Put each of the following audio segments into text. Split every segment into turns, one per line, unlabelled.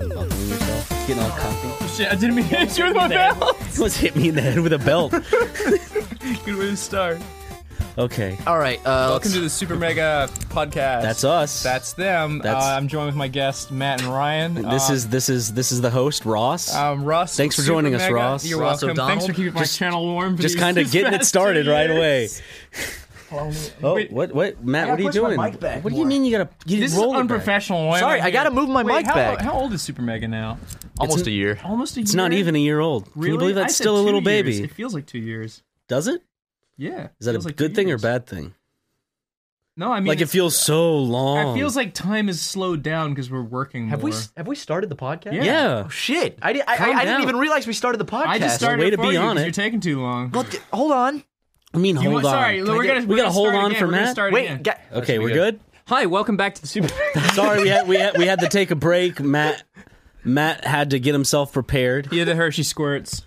Bumping yourself, getting all cocky.
Shit, I didn't mean to hit you with my belt.
Almost hit me in the head with a belt.
Good way to start.
Okay,
All right. Uh,
Welcome to the Super Mega Podcast.
that's us.
That's them.
That's-
Uh, I'm joined with my guests, Matt and Ryan.
this
Uh,
is this is this is the host Ross.
um, Russ.
Thanks for
Super
joining us,
Mega.
Ross.
You're
Ross
welcome. Thanks
O'Donnell.
for keeping
Just-
my channel warm. for
Just
these-
kind of
these
getting it
past
started
two
right away.
years.
Oh,
Wait.
what what Matt?
gotta
What are you
push my
doing?
mic back
what do you
more.
mean you gotta? You
This is
roll it back?
unprofessional. Why am
Sorry, I
here?
gotta move my
Wait,
mic
how,
back.
How old is Super Mega now?
almost a year.
Almost a year.
It's not even a year old. Can
Really?
you believe
I
that's
said
still a
two
little
years.
baby?
It feels like two years.
Does it?
Yeah.
Is that a
feels like two
good thing or
years.
bad thing?
No, I mean
like it
it's-
feels so long.
It feels like time is slowed down because we're working
Have
more.
we have we started the podcast?
Yeah.
yeah.
Oh shit! I, did,
Calm
I, I
down.
didn't even realize we started the podcast.
I just started
way
it
to
for
be
you
on
'cause
it.
You're taking too long.
Well, d- hold on.
I mean,
You
hold
want-
on.
Sorry,
Can I
we're
get-
gonna
we
we're
gotta
gonna
hold
start
on
again.
for
we're
Matt.
Gonna start again.
Wait, ga-
okay, we're good.
Hi, welcome back to the Super.
Sorry, we had we had we had to take a break. Matt Matt had to get himself prepared.
yeah, the Hershey squirts.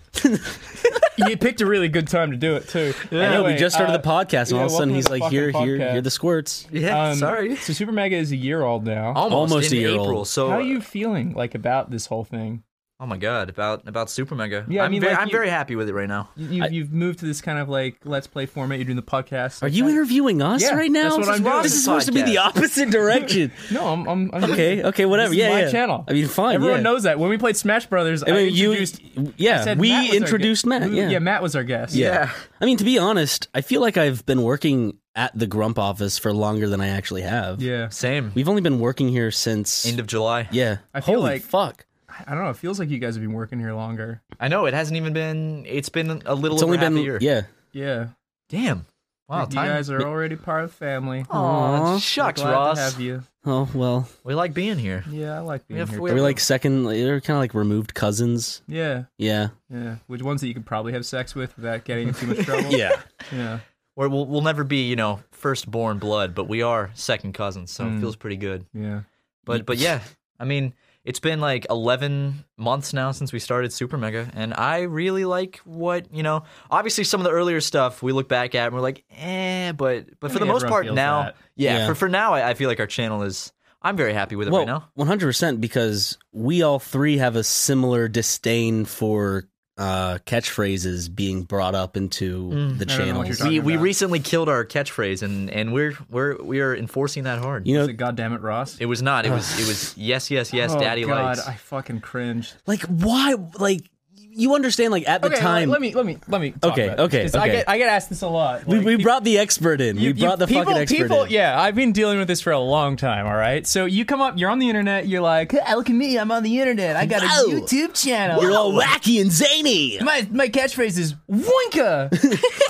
you picked a really good time to do it too.
I know we just started the podcast, and
uh, yeah,
all of a sudden
welcome
he's
to the
like, "Here,
fucking
here,
podcast."
here, the squirts."
Um,
Yeah, sorry.
So Super Mega is a year old now.
Almost,
Almost
in
a year
April.
old.
So,
How are you feeling like about this whole thing?
oh my god, about about Super Mega.
Yeah, I
I'm
mean,
very,
like
I'm
you-
very happy with it right now.
You, you've moved to this kind of like let's play format. You're doing the podcast.
Are you interviewing us
Yeah,
right now?
that's what
this
I'm doing.
This is supposed to be the
Podcast.
opposite direction.
No, I'm. I'm, I'm
okay, okay, whatever.
This is
yeah,
my
yeah.
channel.
I mean, fine.
Everyone
yeah.
knows that. When we played Smash Brothers, I,
I mean, you.
introduced.
Yeah,
said
we
Matt was our
introduced
guest.
Matt.
We-
Yeah.
yeah, Matt was our guest.
Yeah.
I mean, to be honest, I feel like I've been working at the Grump office for longer than I actually have.
yeah.
Same.
We've only been working here since.
End of July.
yeah.
I feel
Holy
like-
fuck.
I don't know. It feels like you guys have been working here longer.
I know it hasn't even been. It's been a little.
It's
over
only
half
been
a year.
yeah.
Yeah.
Damn. Wow.
you
Time.
guys are already part of the family.
Aw, shucks,
Glad
Ross.
to have you.
Oh well,
We like being here.
Yeah, I like being
have-
here.
we
we're
have-
like second. They're kind of like removed cousins.
yeah,
Yeah.
yeah. Which ones that you could probably have sex with without getting in too much trouble?
Yeah.
yeah.
We're, we'll we'll never be you know firstborn blood, but we are second cousins, so
Mm.
it feels pretty good.
Yeah.
But but yeah, I mean, it's been like 11 months now since we started Super Mega, and I really like what you know. Obviously, some of the earlier stuff we look back at and we're like, eh. But but for the
think
most
everyone
part
feels
now,
that.
yeah,
Yeah.
For for now, I, I feel like our channel is. I'm very happy with it right now.
one hundred percent, because we all three have a similar disdain for uh, catchphrases being brought up into the
Mm, I don't know what
channels.
you're
We
talking
we
about-
recently killed our catchphrase, and and we're we're we are enforcing that hard.
You know,
Is it goddamn it, Ross?
it was not. It was it was yes yes yes.
oh,
Daddy
God,
likes.
I fucking cringed.
like why? Like you understand? Like at the
okay,
time,
Let me let me let me. Talk
Okay,
about this,
okay,
'cause I
okay.
get I get asked this a lot.
we,
Like,
we
people-
brought the expert in. we
You-
brought
you-
the fucking expert
people,
in.
Yeah, I've been dealing with this for a long time. All right, so you come up, you're on the internet, you're like, "Hey, look at me, I'm on the internet, I got
Whoa.
a YouTube channel.
You're all wacky and zany.
my my catchphrase is Voinka.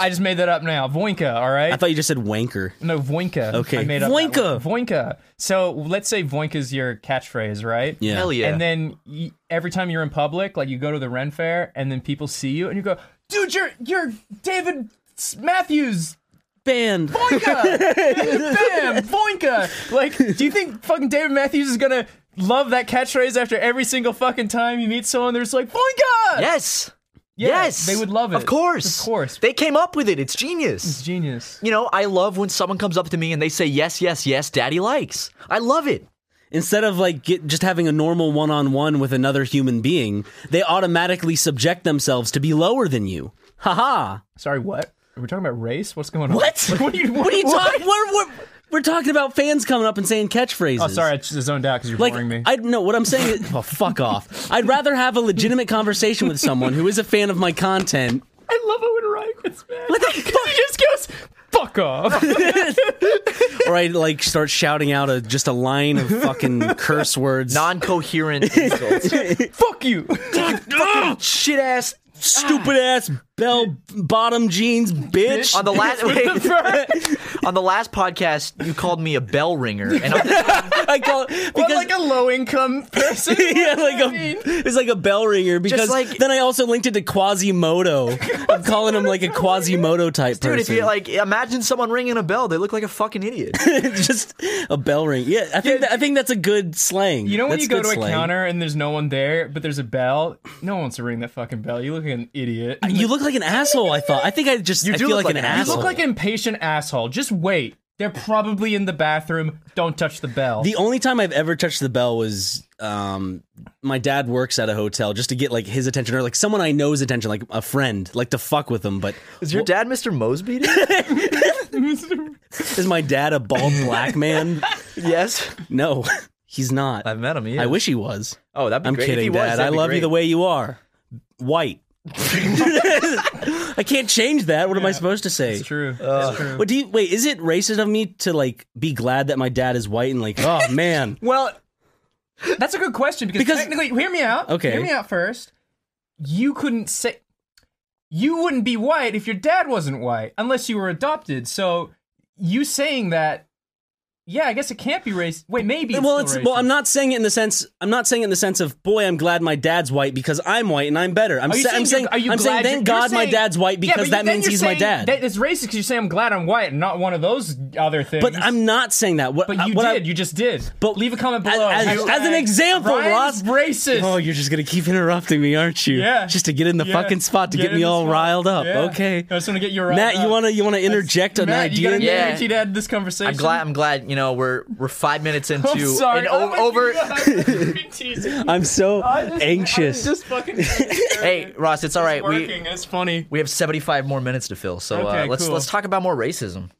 I just made that up now. Voinka. All right.
I thought you just said wanker.
no, Voinka.
Okay.
I made up that one.
Voinka.
Voinka. So let's say Voinka's your catchphrase, right?
Yeah.
Hell yeah!
And then y every time you're in public, like you go to the Ren Fair, and then people see you, and you go, "Dude, you're you're David S- Matthews."
Banned.
Bam, Voinka. Like, do you think fucking David Matthews is gonna love that catchphrase after every single fucking time he meets someone? They're just like Voinka.
yes,
Yeah,
yes,
they would love it.
Of course,
Of course.
They came up with it. It's genius.
It's genius.
you know, I love when someone comes up to me and they say yes, yes, yes. Daddy likes. I love it.
Instead of like get, just having a normal one on one with another human being, they automatically subject themselves to be lower than you. Haha.
Sorry, what? Are we talking about race? What's going on?
What?
Like, what are you?
What are you talking? We're, we're, we're talking about fans coming up and saying catchphrases.
Oh, sorry, I just zoned out because you're
Like
boring me.
I no, what I'm saying is, oh fuck off. I'd rather have a legitimate conversation with someone who is a fan of my content.
I love it when Ryan gets mad.
What the fuck?
He just goes, "Fuck off."
or I like start shouting out a just a line of fucking curse words.
Non-coherent insults.
Fuck you.
Shit ass.
stupid ass bell bottom jeans, bitch.
On the last
With the fur.
on the last podcast, you called me a bell ringer, and on this one,
I call it
Well,
because
like a low income person.
yeah, like
I mean?
a it's like a bell ringer because
like-
then I also linked it to Quasimodo. I'm calling him like a Quasimodo type
dude. If
person.
you like, imagine someone ringing a bell. They look like a fucking idiot.
just a bell ring. Yeah, I think that, I think that's a good slang.
You know when
That's
you go
good
to a
slang.
counter and there's no one there, but there's a bell. No one wants to ring that fucking bell. You look like an idiot.
You look like an asshole. I thought. I think I just
You
I
do
feel
look
like an
like an
asshole.
You look like an impatient asshole. Just wait. They're probably in the bathroom. Don't touch the bell.
The only time I've ever touched the bell was um, my dad works at a hotel just to get like his attention or like someone I know's attention, like a friend, like to fuck with them. But
Is your dad Mr. Mosby?
is my dad a bald black man?
yes,
No, he's not.
I've met him. He
I
is.
wish he was.
Oh, that'd be
I'm
great. If he
kidding,
was,
Dad.
that'd
I
be
love you
great.
the way you are. White. I can't change that. What am I supposed to say?
it's true. it's true.
What do you wait? Is it racist of me to like be glad that my dad is white and like, oh man,
Well, that's a good question because,
Because-
technically, hear me out.
Okay.
Hear me out first. You couldn't say. You wouldn't be white if your dad wasn't white unless you were adopted. So you saying that. Yeah, I guess it can't be racist. Wait, maybe. It's
well,
still
it's well.
racist.
I'm not saying it in the sense. I'm not saying it in the sense of boy. I'm glad my dad's white because I'm white and I'm better. I'm,
Are you
sa- I'm
saying
saying.
you're- are you
I'm saying.
glad
Thank
you're- you're
God my
saying-
dad's white
Yeah, but
because
you-
that
then
means
you're
he's my
saying
dad.
That it's racist because you say I'm glad I'm white and not one of those other things.
but I'm not saying that. What? uh,
But you
what I-
did. you just did.
But-
But leave a comment below.
as-
Hashtag
as an example, Ross-
Ryan's racist.
Oh, you're just gonna keep interrupting me, aren't you?
Yeah.
Just to get in the
Yeah.
fucking spot to get,
in
me
the
all
spot.
riled up.
Yeah.
Okay.
I just want to get you riled
Matt,
up.
you wanna you wanna interject an
Matt, You
idea?
got
Yeah.
energy to add to this conversation.
I'm glad. I'm glad. You know, we're we're five minutes into
I'm sorry. Oh
an
Oh
o- over.
over.
I'm so anxious.
just fucking.
hey, Ross, it's all right. We
working. It's funny.
we have 75 more minutes to fill, so uh,
Okay,
let's
cool.
let's talk about more racism.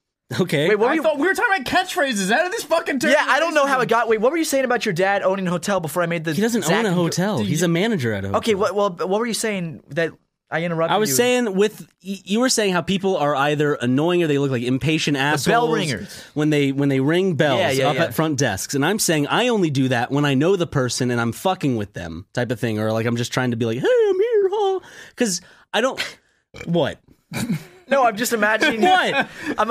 okay.
Wait, what were
I
you?
thought we were talking about catchphrases. How did this fucking turn?
Yeah,
into
I don't know how
racism?
it got. Wait, what were you saying about your dad owning a hotel before I made the?
he doesn't
Zach
own a
and-
hotel. He's a manager at a hotel.
Okay, what, well, what were you saying that I interrupted?
I was
you?
saying with y- you were saying how people are either annoying or they look like impatient assholes
ringers.
when they when they ring bells
Yeah, yeah,
up
yeah.
at front desks and I'm saying I only do that when I know the person and I'm fucking with them type of thing or like I'm just trying to be like hey I'm here huh? cuz I don't what
No, I'm just imagining.
What?
I'm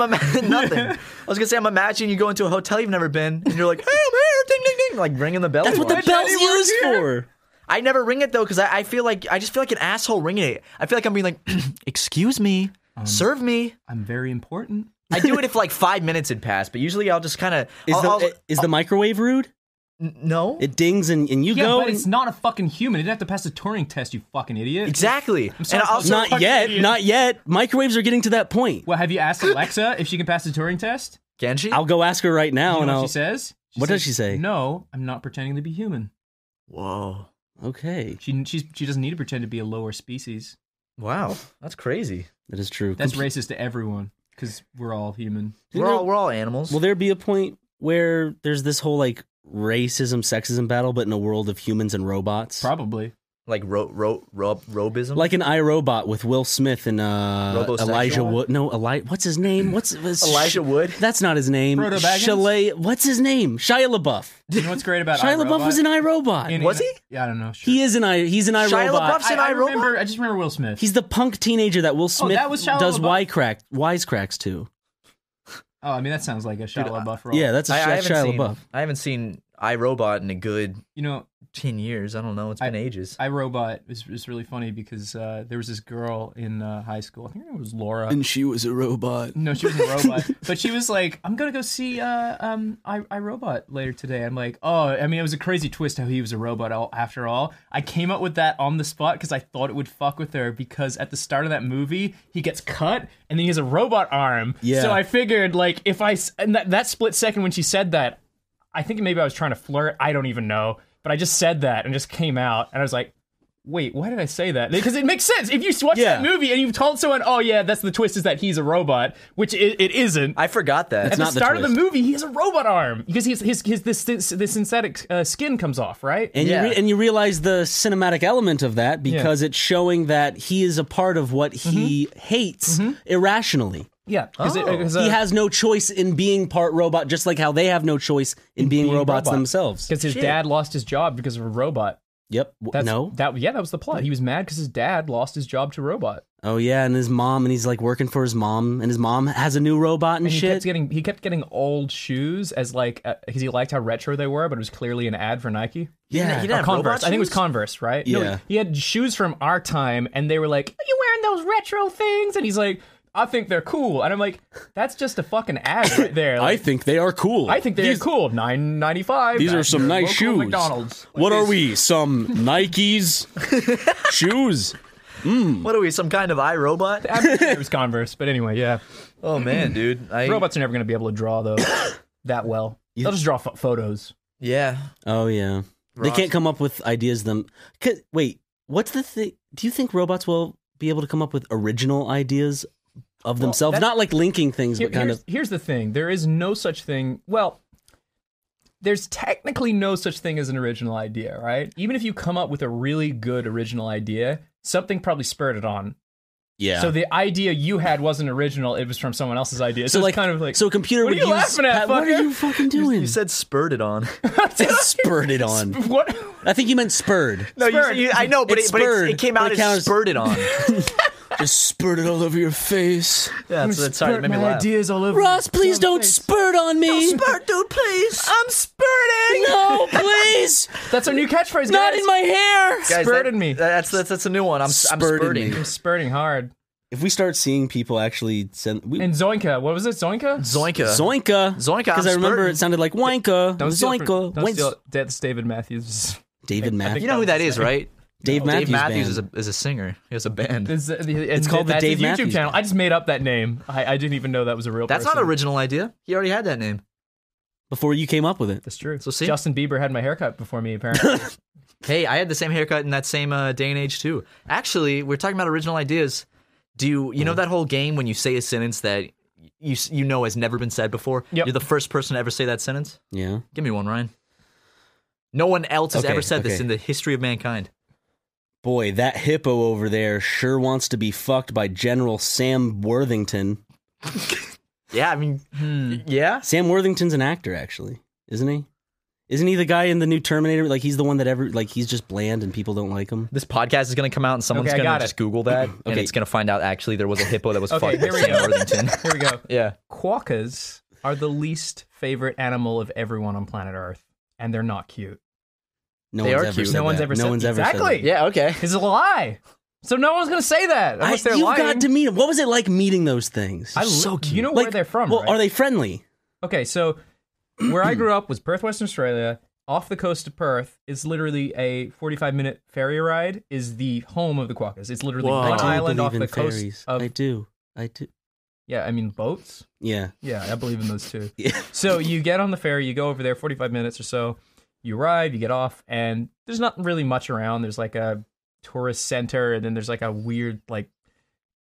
imagining nothing. I was gonna say I'm imagining you go into a hotel you've never been and you're like, hey, I'm here, ding, ding, ding, like ringing the bell.
that's
you
what the
are.
bell's used for
I never ring it though because I, I feel like I just feel like an asshole ringing it. I feel like I'm being like, excuse me,
Um.
serve me.
I'm very important.
I do it if like five minutes had passed, but usually I'll just kind of.
is the eh, is the microwave rude
no?
it dings and, and you
Yeah,
go
but
and-
it's not a fucking human. It didn't have to pass the Turing test. You fucking idiot.
exactly.
sorry,
and also,
so
not
fucking
yet
idiot.
not yet microwaves are getting to that point
Well, have you asked Alexa if she can pass the Turing test?
can she?
I'll go ask her right now
You
and
know
I'll
what she says?
What does
says,
she say?
No, I'm not pretending to be human.
Whoa.
okay
She she's, she doesn't need to pretend to be a lower species.
Wow, that's crazy.
that is true
That's
Comple-
racist to everyone because we're all human.
You
We're
know-
all we're all animals.
Will there be a point where there's this whole like racism, sexism battle, but in a world of humans and robots?
Probably.
like ro- ro- ro- robism.
Like an iRobot with Will Smith and uh,
Robosexual?
Elijah Wood. No, Eli- what's his name? What's, what's
Elijah Wood.
That's not his name.
Frodo Baggins?
Shia- What's his name? Shia LaBeouf.
You know what's great about
Shia
iRobot?
LaBeouf was in iRobot.
In-
Was
in-
he?
Yeah, I don't know. Sure.
he is an I. He's an
Shia
iRobot.
LaBeouf's in
I, I
iRobot.
remember. I just remember Will Smith.
He's the punk teenager that Will Smith
Oh, that was Shia
does
LaBeouf?
wisecrack wisecracks to.
oh, I mean that sounds like a Shia LaBeouf role.
Yeah, that's a
I, I
that's
haven't
Shia
seen.
LaBeouf.
I haven't seen iRobot in a good
You know,
ten years. I don't know. It's been ages.
iRobot is, is really funny because uh, there was this girl in uh, high school. I think her name was Laura.
And she was a robot.
No, she was a robot, but she was like, "I'm gonna go see uh, um, I, I Robot later today." I'm like, "Oh, I mean, it was a crazy twist how he was a robot all, after all." I came up with that on the spot because I thought it would fuck with her because at the start of that movie he gets cut and then he has a robot arm.
Yeah.
So I figured like if I s- and that, that split second when she said that, I think maybe I was trying to flirt. I don't even know, but I just said that and just came out and I was like. Wait, why did I say that? Because it makes sense. If you s- watch
Yeah.
that movie and you've told someone, "Oh yeah, that's the twist is that he's a robot," which it, it isn't.
I forgot that.
At
not
the
the
start of
twist.
the movie, he has a robot arm because he's, his his this this, this synthetic uh, skin comes off, right?
And
Yeah.
you re- and you realize the cinematic element of that because it's showing that he is a part of what he hates irrationally.
yeah, because uh,
Oh.
he has no choice in being part robot, just like how they have no choice in being, robots
robot.
themselves.
his dad lost his job because of a robot.
Yep. W-
That's,
no.
that yeah, that was the plot. He was mad because his dad lost his job to a robot,
Oh yeah, and his mom, and he's like working for his mom, and his mom has a new robot and,
and he
shit.
kept getting he kept getting old shoes as like because he liked how retro they were, but it was clearly an ad for Nike.
didn't-
yeah.
he didn't
Or
have
Converse.
robot
I think it was
shoes?
Converse, right?
Yeah.
No, he had shoes from our time, and they were like, "Are you wearing those retro things?" And he's like, "I think they're cool." And I'm like, "That's just a fucking ad right there." Like,
think they are cool.
I think they're cool. Nine ninety five.
These are some nice shoes.
McDonald's.
What are we? Some Nikes? Shoes?
what are we? Some kind of iRobot?
I mean, it was Converse, but anyway, yeah.
Oh man, dude. I,
Robots are never going to be able to draw though that well. They'll just draw pho- photos.
Yeah.
oh yeah. They can't come up with ideas. Them. 'cause- wait. What's the thing? Do you think robots will be able to come up with original ideas of themselves?
that-
Not like linking things,
Here-
but kind
here's,
of.
here's the thing: there is no such thing. Well, there's technically no such thing as an original idea, right? Even if you come up with a really good original idea, something probably spurred it on.
Yeah.
So the idea you had wasn't original; it was from someone else's idea. So,
So,
it's
like,
kind of like
so a computer
What are
would
you
use
laughing at,
Pat- what are
fucker?
you fucking doing
You said spurred it on.
spurted on
what?
i think you meant spurred
no,
Spurred.
I know, but
It's
it, but it's,
spurred,
it came
but it
out as
counts-
spurred it on.
Just spurted all over your face.
Yeah, that's, that's sorry, it made me laugh.
ideas all over.
ross please don't spurt on me
Spurt, dude, please. I'm spurting.
no please
That's our new catchphrase,
not
guys.
in my hair
Guys,
Spurted
that-
me.
That's, that's that's a new one. I'm I'm
Spurted
spurting.
me.
I'm spurting hard.
if we start seeing people actually send we,
And Zoinka, what was it? Zoinka?
Zoinka.
zoinka
Zoinka,
because
I'm
i remember
spurting.
it sounded like wanka
Don't steal it
zoinka
from- Don't
Wank-
steal it. That's David Matthews.
david
think
matthews
You know who that is, right?
dave matthews,
Dave Matthews
Band.
is a, is a singer. He has a band.
It's, it's
called the
that's his
Dave
YouTube
Matthews
channel.
Band.
I just made up that name. I, I didn't even know that was a real.
That's not
person.
an original idea. He already had that name.
before you came up with it
That's true.
So see?
Justin Bieber had my haircut before me. Apparently,
Hey, I had the same haircut in that same uh, day and age too. Actually, we're talking about original ideas. Do you, you know
Mm-hmm.
that whole game when you say a sentence that you s- you know has never been said before?
Yep.
You're the first person to ever say that sentence.
yeah
Give me one, Ryan. No one else has
Okay,
ever said this
okay.
in the history of mankind.
boy that hippo over there sure wants to be fucked by general sam worthington
Yeah, I mean,
Hmm.
yeah.
Sam Worthington's an actor, actually, isn't he? Isn't he the guy in the new Terminator? Like he's the one that ever like he's just bland and people don't like him.
This podcast is going to come out and someone's
Okay, I
going
got
to just
it.
Google that and
Okay.
it's going to find out actually there was a hippo that was
Okay,
fucked
here
with
we go.
Sam Worthington.
here we go.
Yeah.
Quokkas are the least favorite animal of everyone on planet Earth, and they're not cute.
No
They
one's
are
ever
cute.
said
No one's
that.
ever
no
said-
one's ever
Exactly.
Said
Yeah, okay.
It's a lie. So no one's gonna say that
that.
unless
I,
they're
you've
lying.
got to meet him. What was it like meeting those things?
I,
so
li-
cute.
You know
like
where they're from?
Well,
right?
are they friendly?
Okay, so where I grew up was Perth, Western Australia. Off the coast of Perth is literally a 45 minute ferry ride, is the home of the quokkas. It's literally
Whoa. I
one
do
island off the
fairies.
coast of.
I do. I do.
yeah, I mean, boats?
Yeah.
Yeah, I believe in those too.
Yeah.
so you get on the ferry, you go over there, 45 minutes or so, you arrive, you get off, and there's not really much around. There's like a tourist center, and then there's like a weird, like,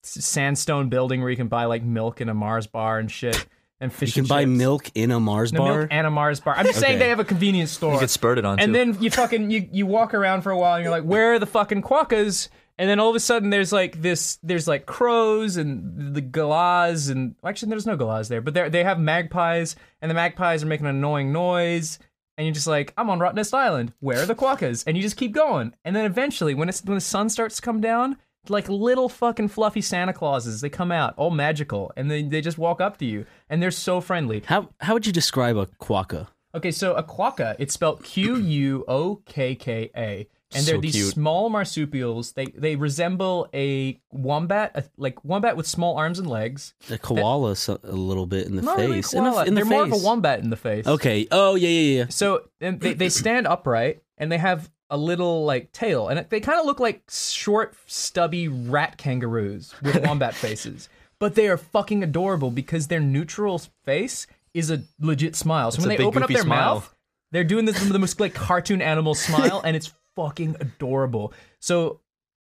s- sandstone building where you can buy like milk and a Mars bar and shit. And fish
You can
and
buy
chips.
milk in a Mars
No,
bar.
milk and a Mars bar. I'm just saying
Okay.
they have a convenience
You
store.
get spurted on
and
too.
then you fucking you, you walk around for a while and you're like, where are the fucking quokkas? And then all of a sudden there's like this there's like crows and the galahs and actually there's no galahs there, but they they have magpies and the magpies are making an annoying noise. And you're just like, I'm on Rottnest Island. Where are the quokkas? And you just keep going. And then eventually, when it's when the sun starts to come down, like little fucking fluffy Santa Clauses, they come out all magical, and they they just walk up to you, and they're so friendly.
How how would you describe a quokka?
Okay, so a quokka, it's spelled Q U O K K A. And they're
So
these
cute.
small marsupials. They they resemble a wombat, a, like wombat with small arms and legs.
The koala so, a little bit in the
Not really a
face. In the-
koala.
in the
They're more of a
face.
wombat in the face.
Okay. Oh yeah yeah yeah.
So and they, they stand upright and they have a little like tail and it- they kind of look like short stubby rat kangaroos with wombat faces. But they are fucking adorable because their neutral face is a legit smile. So
It's
when
a
they
big
open up
goofy
their
smile.
mouth, they're doing this the most like cartoon animal smile and it's fucking adorable. So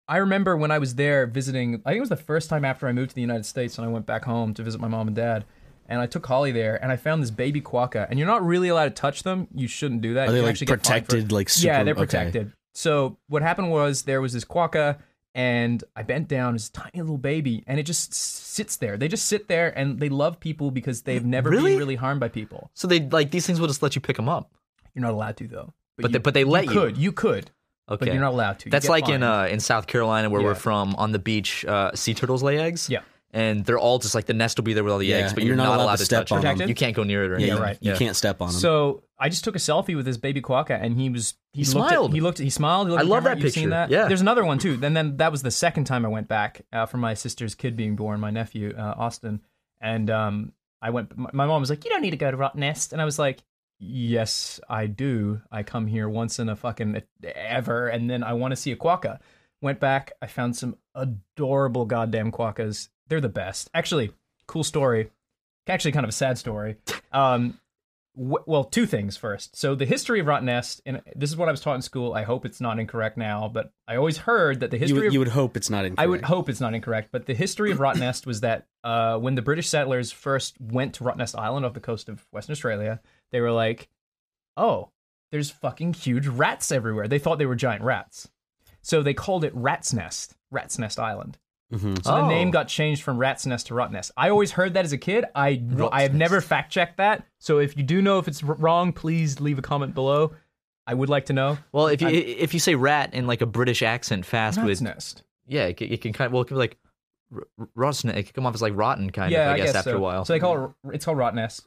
I remember when I was there visiting, I think it was the first time after I moved to the United States and I went back home to visit my mom and dad. And I took Holly there and I found this baby quokka. And you're not really allowed to touch them. You shouldn't do
Are
that. You
they
can
like
actually get fined for it.
protected? Like super,
yeah, they're
okay.
protected. So what happened was there was this quokka and I bent down, it's a tiny little baby, and it just s- sits there. They just sit there and they love people because they've never
Really?
been really harmed by people.
So they like these things will just let you pick them up.
You're not allowed to though.
But they- but they let you.
could. You could.
Okay.
But you're not allowed to. You
That's
get
like in
fined.
uh, in South Carolina where
Yeah.
we're from. On the beach, uh, sea turtles lay eggs.
Yeah.
And they're all just like the nest will be there with all the
Yeah,
eggs, but
and
you're, not, allowed, to,
step
touch
on
them.
them.
You can't go near it
Yeah,
or anything.
you-
right.
You
Yeah.
can't step on them.
So I just took a selfie with this baby quokka, and he was he,
He
looked at-
smiled.
he looked. He smiled. He looked
I
at the
love
camera.
that
You've seen
picture.
that?
Yeah.
There's another one too. And then that was the second time I went back uh, for my sister's kid being born, my nephew uh, Austin, and um, I went. My, my mom was like, "You don't need to go to Rotten Nest," and I was like. Yes, I do. I come here once in a fucking e-, ever, and then I want to see a quokka. Went back, I found some adorable goddamn quokkas. They're the best. Actually, cool story. Actually, kind of a sad story. Um, w- well, two things first. So the history of Rotten Nest, and this is what I was taught in school. I hope it's not incorrect now, but I always heard that the
you,
history
would,
of
you would hope it's not incorrect.
I would hope it's not incorrect, but the history of Rotten Nest was that uh, when the British settlers first went to Rotten Nest Island off the coast of Western Australia, they were like, "Oh, there's fucking huge rats everywhere." They thought they were giant rats, so they called it Rat's Nest, Rat's Nest Island.
Mhm.
So the
Oh.
name got changed from Rat's Nest to Rotten Nest. I always heard that as a kid. I I have never fact checked that. So if you do know if it's r- wrong, please leave a comment below. I would like to know.
Well, if you if you say rat in like a British accent fast
Rat's
with
Nest.
yeah, it, can- it can kind of well it can be like r- r- rotten. It can come off as like rotten kind
yeah,
of. I, guess, after
so.
a while.
So they call it it's called Rotten Nest.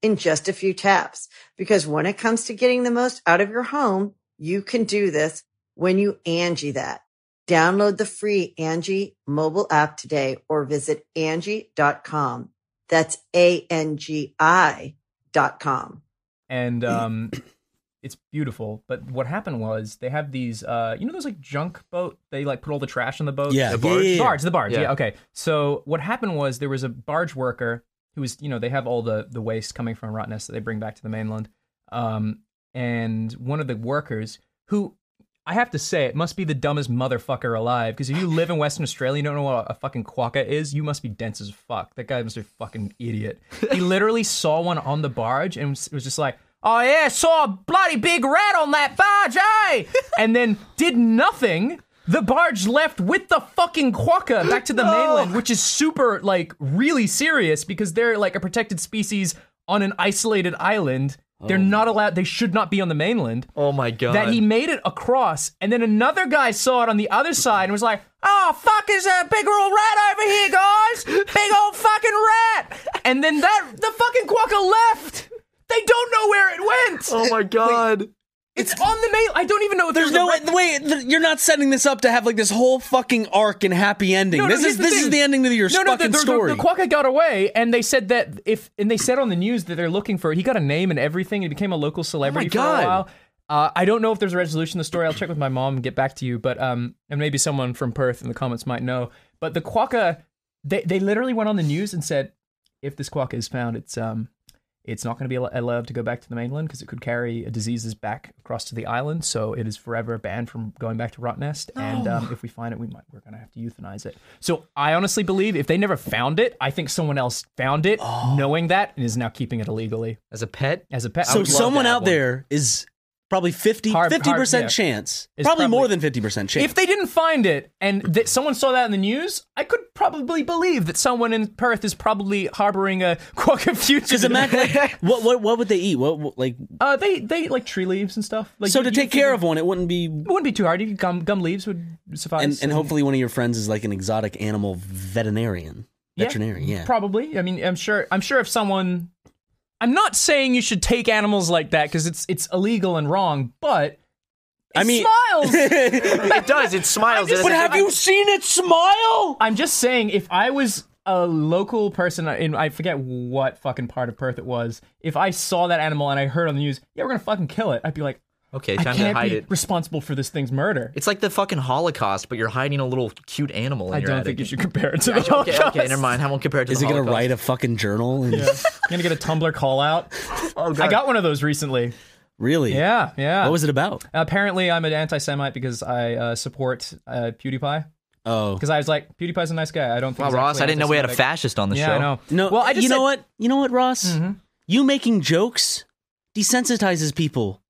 in just a few taps. Because when it comes to getting the most out of your home, you can do this when you Angie that. Download the free Angie mobile app today or visit Angie.com. That's A-N-G-I dot com.
and um, it's beautiful. But what happened was they have these, uh, you know, those like junk boat. They like put all the trash in the boat.
Yeah,
The barge?
yeah, yeah, yeah.
barge, the barge. Yeah.
Yeah.
okay. So what happened was there was a barge worker who was, you know, they have all the the waste coming from Rotten Nest that they bring back to the mainland. Um, and one of the workers who I have to say, it must be the dumbest motherfucker alive. Because if you live in Western Australia, you don't know what a fucking quokka is. You must be dense as fuck. That guy must be a fucking idiot. He literally saw one on the barge and was, was just like, "Oh yeah, saw a bloody big rat on that barge, eh?" and then did nothing. The barge left with the fucking quokka back to the mainland, which is super, like, really serious because they're like a protected species on an isolated island. They're not allowed. They should not be on the mainland
oh my god.
that he made it across, and then another guy saw it on the other side and was like, "Oh fuck, there's a big old rat over here, guys! Big old fucking rat!" And then that the fucking quokka left. They don't know where it went.
oh my god.
it's, on the mail. I don't even know if
There's
there
no
was
way.
a
Wait, th- you're not setting this up to have like this whole fucking arc and happy ending.
No, no,
this
here's
is this is
thing.
the ending of your
no, no, the,
fucking
the, the-
story.
The, quokka got away, and they said
Oh
that if and they said on the news that they're looking for it. He got a name and everything. He became a local celebrity for a
God.
while. Uh, I don't know if there's a resolution to the story. I'll check with my mom and get back to you. But um, and maybe someone from Perth in the comments might know. But the quokka, they they literally went on the news and said, if this quokka is found, it's um, it's not going to be al- allowed to go back to the mainland because it could carry diseases back across to the island. So it is forever banned from going back to Rottnest. And um, if we find it, we might we're going to have to euthanize it. So I honestly believe if they never found it, I think someone else found it,
Oh.
knowing that, and is now keeping it illegally
As a pet,
as a pet. I
So
would love to
someone
have
out
one.
there is probably 50
Hard- hard-
50%
yeah.
chance.
It's
Probably, more
probably-
than 50% chance.
If they didn't find it and that someone saw that in the news, I could probably believe that someone in Perth is probably harboring a quack of future.
Because imagine, like, what what what would they eat? What, what like
uh, they they like tree leaves and stuff. Like
so
you-
to
you
take care
figure-
of one, it wouldn't be.
it wouldn't be too hard. You could Gum gum leaves would suffice.
And, and hopefully, one of your friends is like an exotic animal veterinarian.
Yeah.
Veterinarian, yeah.
probably. I mean, I'm sure. I'm sure if someone, I'm not saying you should take animals like that because it's it's illegal and wrong, but.
I
it
mean-
smiles.
it does. It smiles.
just-
It
but
has
have you seen it smile?
I'm just saying, if I was a local person in I forget what fucking part of Perth it was, if I saw that animal and I heard on the news, yeah, we're gonna fucking kill it, I'd be like,
a- okay,
I
time to
can't
hide
be
it.
responsible for this thing's murder.
It's like the fucking Holocaust, but you're hiding a little cute animal. In
I
your
don't
attic.
think you should compare it to the
Okay,
Holocaust.
okay, never mind. I won't compare it to
Is
the
it gonna
Holocaust.
write a fucking journal? And
I'm gonna get a Tumblr call out.
Oh, God.
I got one of those recently.
Really?
Yeah, yeah.
What was it about?
Apparently, I'm an anti-Semite because I uh, support uh, PewDiePie.
Oh
Because I was like, PewDiePie's a nice guy. I don't think.
Wow,
he's
Ross,
actually
I didn't know we had a
anti-Semitic."
fascist on the
Yeah,
show.
I know.
no.
Well, I just
you know
said- Mm-hmm.
what? You know what, Ross? You making jokes desensitizes people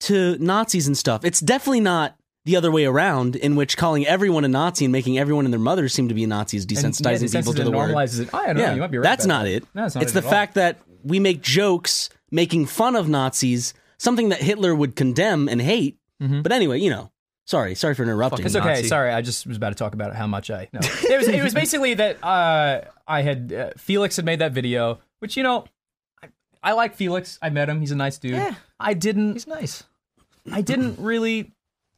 to Nazis and stuff. It's definitely not the other way around, in which calling everyone a Nazi and making everyone and their mother seem to be a Nazi is
And yeah,
desensitizing people
desensitizes
to
and
the word.
normalizes it. Oh, I don't know. You might be right.
that's
about
not
that.
it.
No, it's not it
the
at all.
fact that we make jokes making fun of Nazis, something that Hitler would condemn and hate. But anyway, you know, sorry, sorry for interrupting.
Mm-hmm. It's okay.
Nazi.
Sorry, I just was about to talk about how much I. No, it was it was basically that uh, I had uh, Felix had made that video, which you know, I, I like Felix. I met him. He's a nice dude.
Yeah.
I didn't.
He's nice.
I didn't really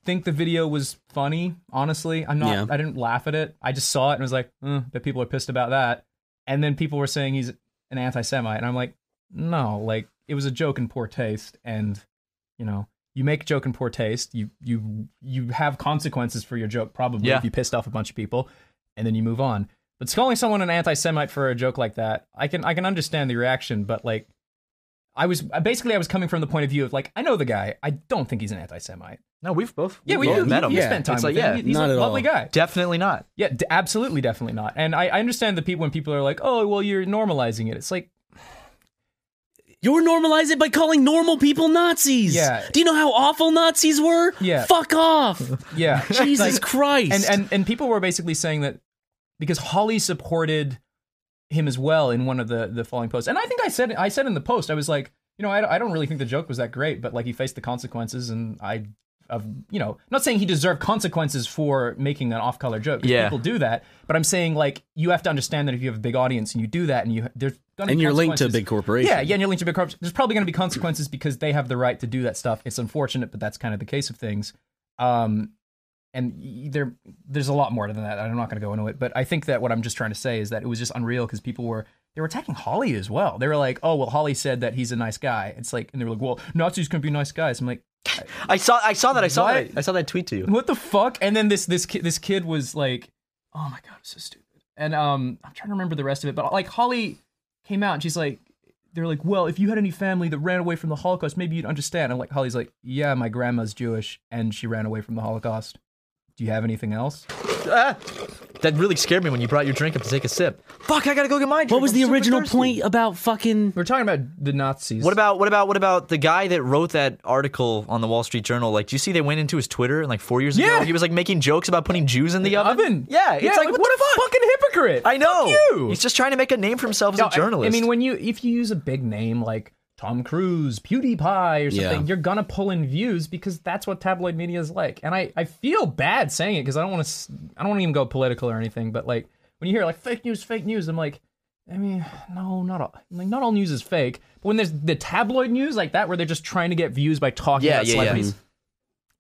think the video was funny. Honestly, I'm not.
Yeah.
I didn't laugh at it. I just saw it and was like, eh, "But people are pissed about that." And then people were saying he's an anti-Semite, and I'm like, "No, like it was a joke in poor taste." And you know, you make a joke in poor taste. You you you have consequences for your joke probably
Yeah.
if you pissed off a bunch of people, and then you move on. But calling someone an anti-Semite for a joke like that, I can I can understand the reaction, but like I was basically I was coming from the point of view of like I know the guy. I don't think he's an anti-Semite.
No, we've both.
Yeah, we
both
do.
met
You-
him.
you spent time
It's
with
like, yeah,
him. He's
not
a
at
lovely
all.
guy.
definitely not.
Yeah, d- absolutely, definitely not. And I, I understand the people when people are like, oh, well, you're normalizing it. It's like,
You're normalize it by calling normal people Nazis.
Yeah.
Do you know how awful Nazis were?
Yeah.
Fuck off.
yeah,
Jesus
Like,
Christ.
and and and people were basically saying that because Holly supported him as well in one of the the following posts, and I think I said I said in the post I was like, you know, I, don't- I don't really think the joke was that great, but like he faced the consequences, and I of you know not saying he deserved consequences for making an off color joke. 'cause
Yeah.
people do that, but I'm saying like you have to understand that if you have a big audience and you do that, and you there's gonna
And
be
you're linked to a
consequences.
big corporation.
Yeah, yeah, and you're linked to big corporations. There's probably going to be consequences because they have the right to do that stuff. It's unfortunate, but that's kind of the case of things. Um, and y- there, there's a lot more than that. I'm not going to go into it, but I think that what I'm just trying to say is that it was just unreal because people were they were attacking Holly as well. They were like, "Oh, well, Holly said that he's a nice guy." It's like, and they were like, "Well, Nazis can be nice guys." I'm like,
I saw. I saw that. I saw
Why-
that. I saw that tweet to you.
what the fuck? And then this this kid this kid was like, oh my god, it's so stupid. And um, I'm trying to remember the rest of it, but like Holly came out and she's like, they're like, well, if you had any family that ran away from the Holocaust, maybe you'd understand. And like Holly's like, yeah, my grandma's Jewish and she ran away from the Holocaust. Do you have anything else?
Ah, that really scared me when you brought your drink up to take a sip. Fuck! I gotta go get my drink.
what was
I'm
the
super
original
thirsty.
point about fucking?
We're talking about the Nazis.
What about what about what about the guy that wrote that article on the Wall Street Journal? Like, do you see they went into his Twitter and like four years
Yeah.
ago he was like making jokes about putting Jews in the
the
oven?
oven?
Yeah, it's like, what,
what
the
a
fuck?
fucking hypocrite!
I know.
you.
He's just trying to make a name for himself as
No,
a
I-
journalist.
I, mean, when you if you use a big name like Tom Cruise, PewDiePie, or something,
Yeah.
you're gonna pull in views because that's what tabloid media is like. And I, I feel bad saying it because I don't want to I don't want to even go political or anything. But like when you hear like fake news, fake news, I'm like, I mean, no, not all like not all news is fake. But when there's the tabloid news like that where they're just trying to get views by talking
Yeah,
about
yeah, yeah.
celebrities,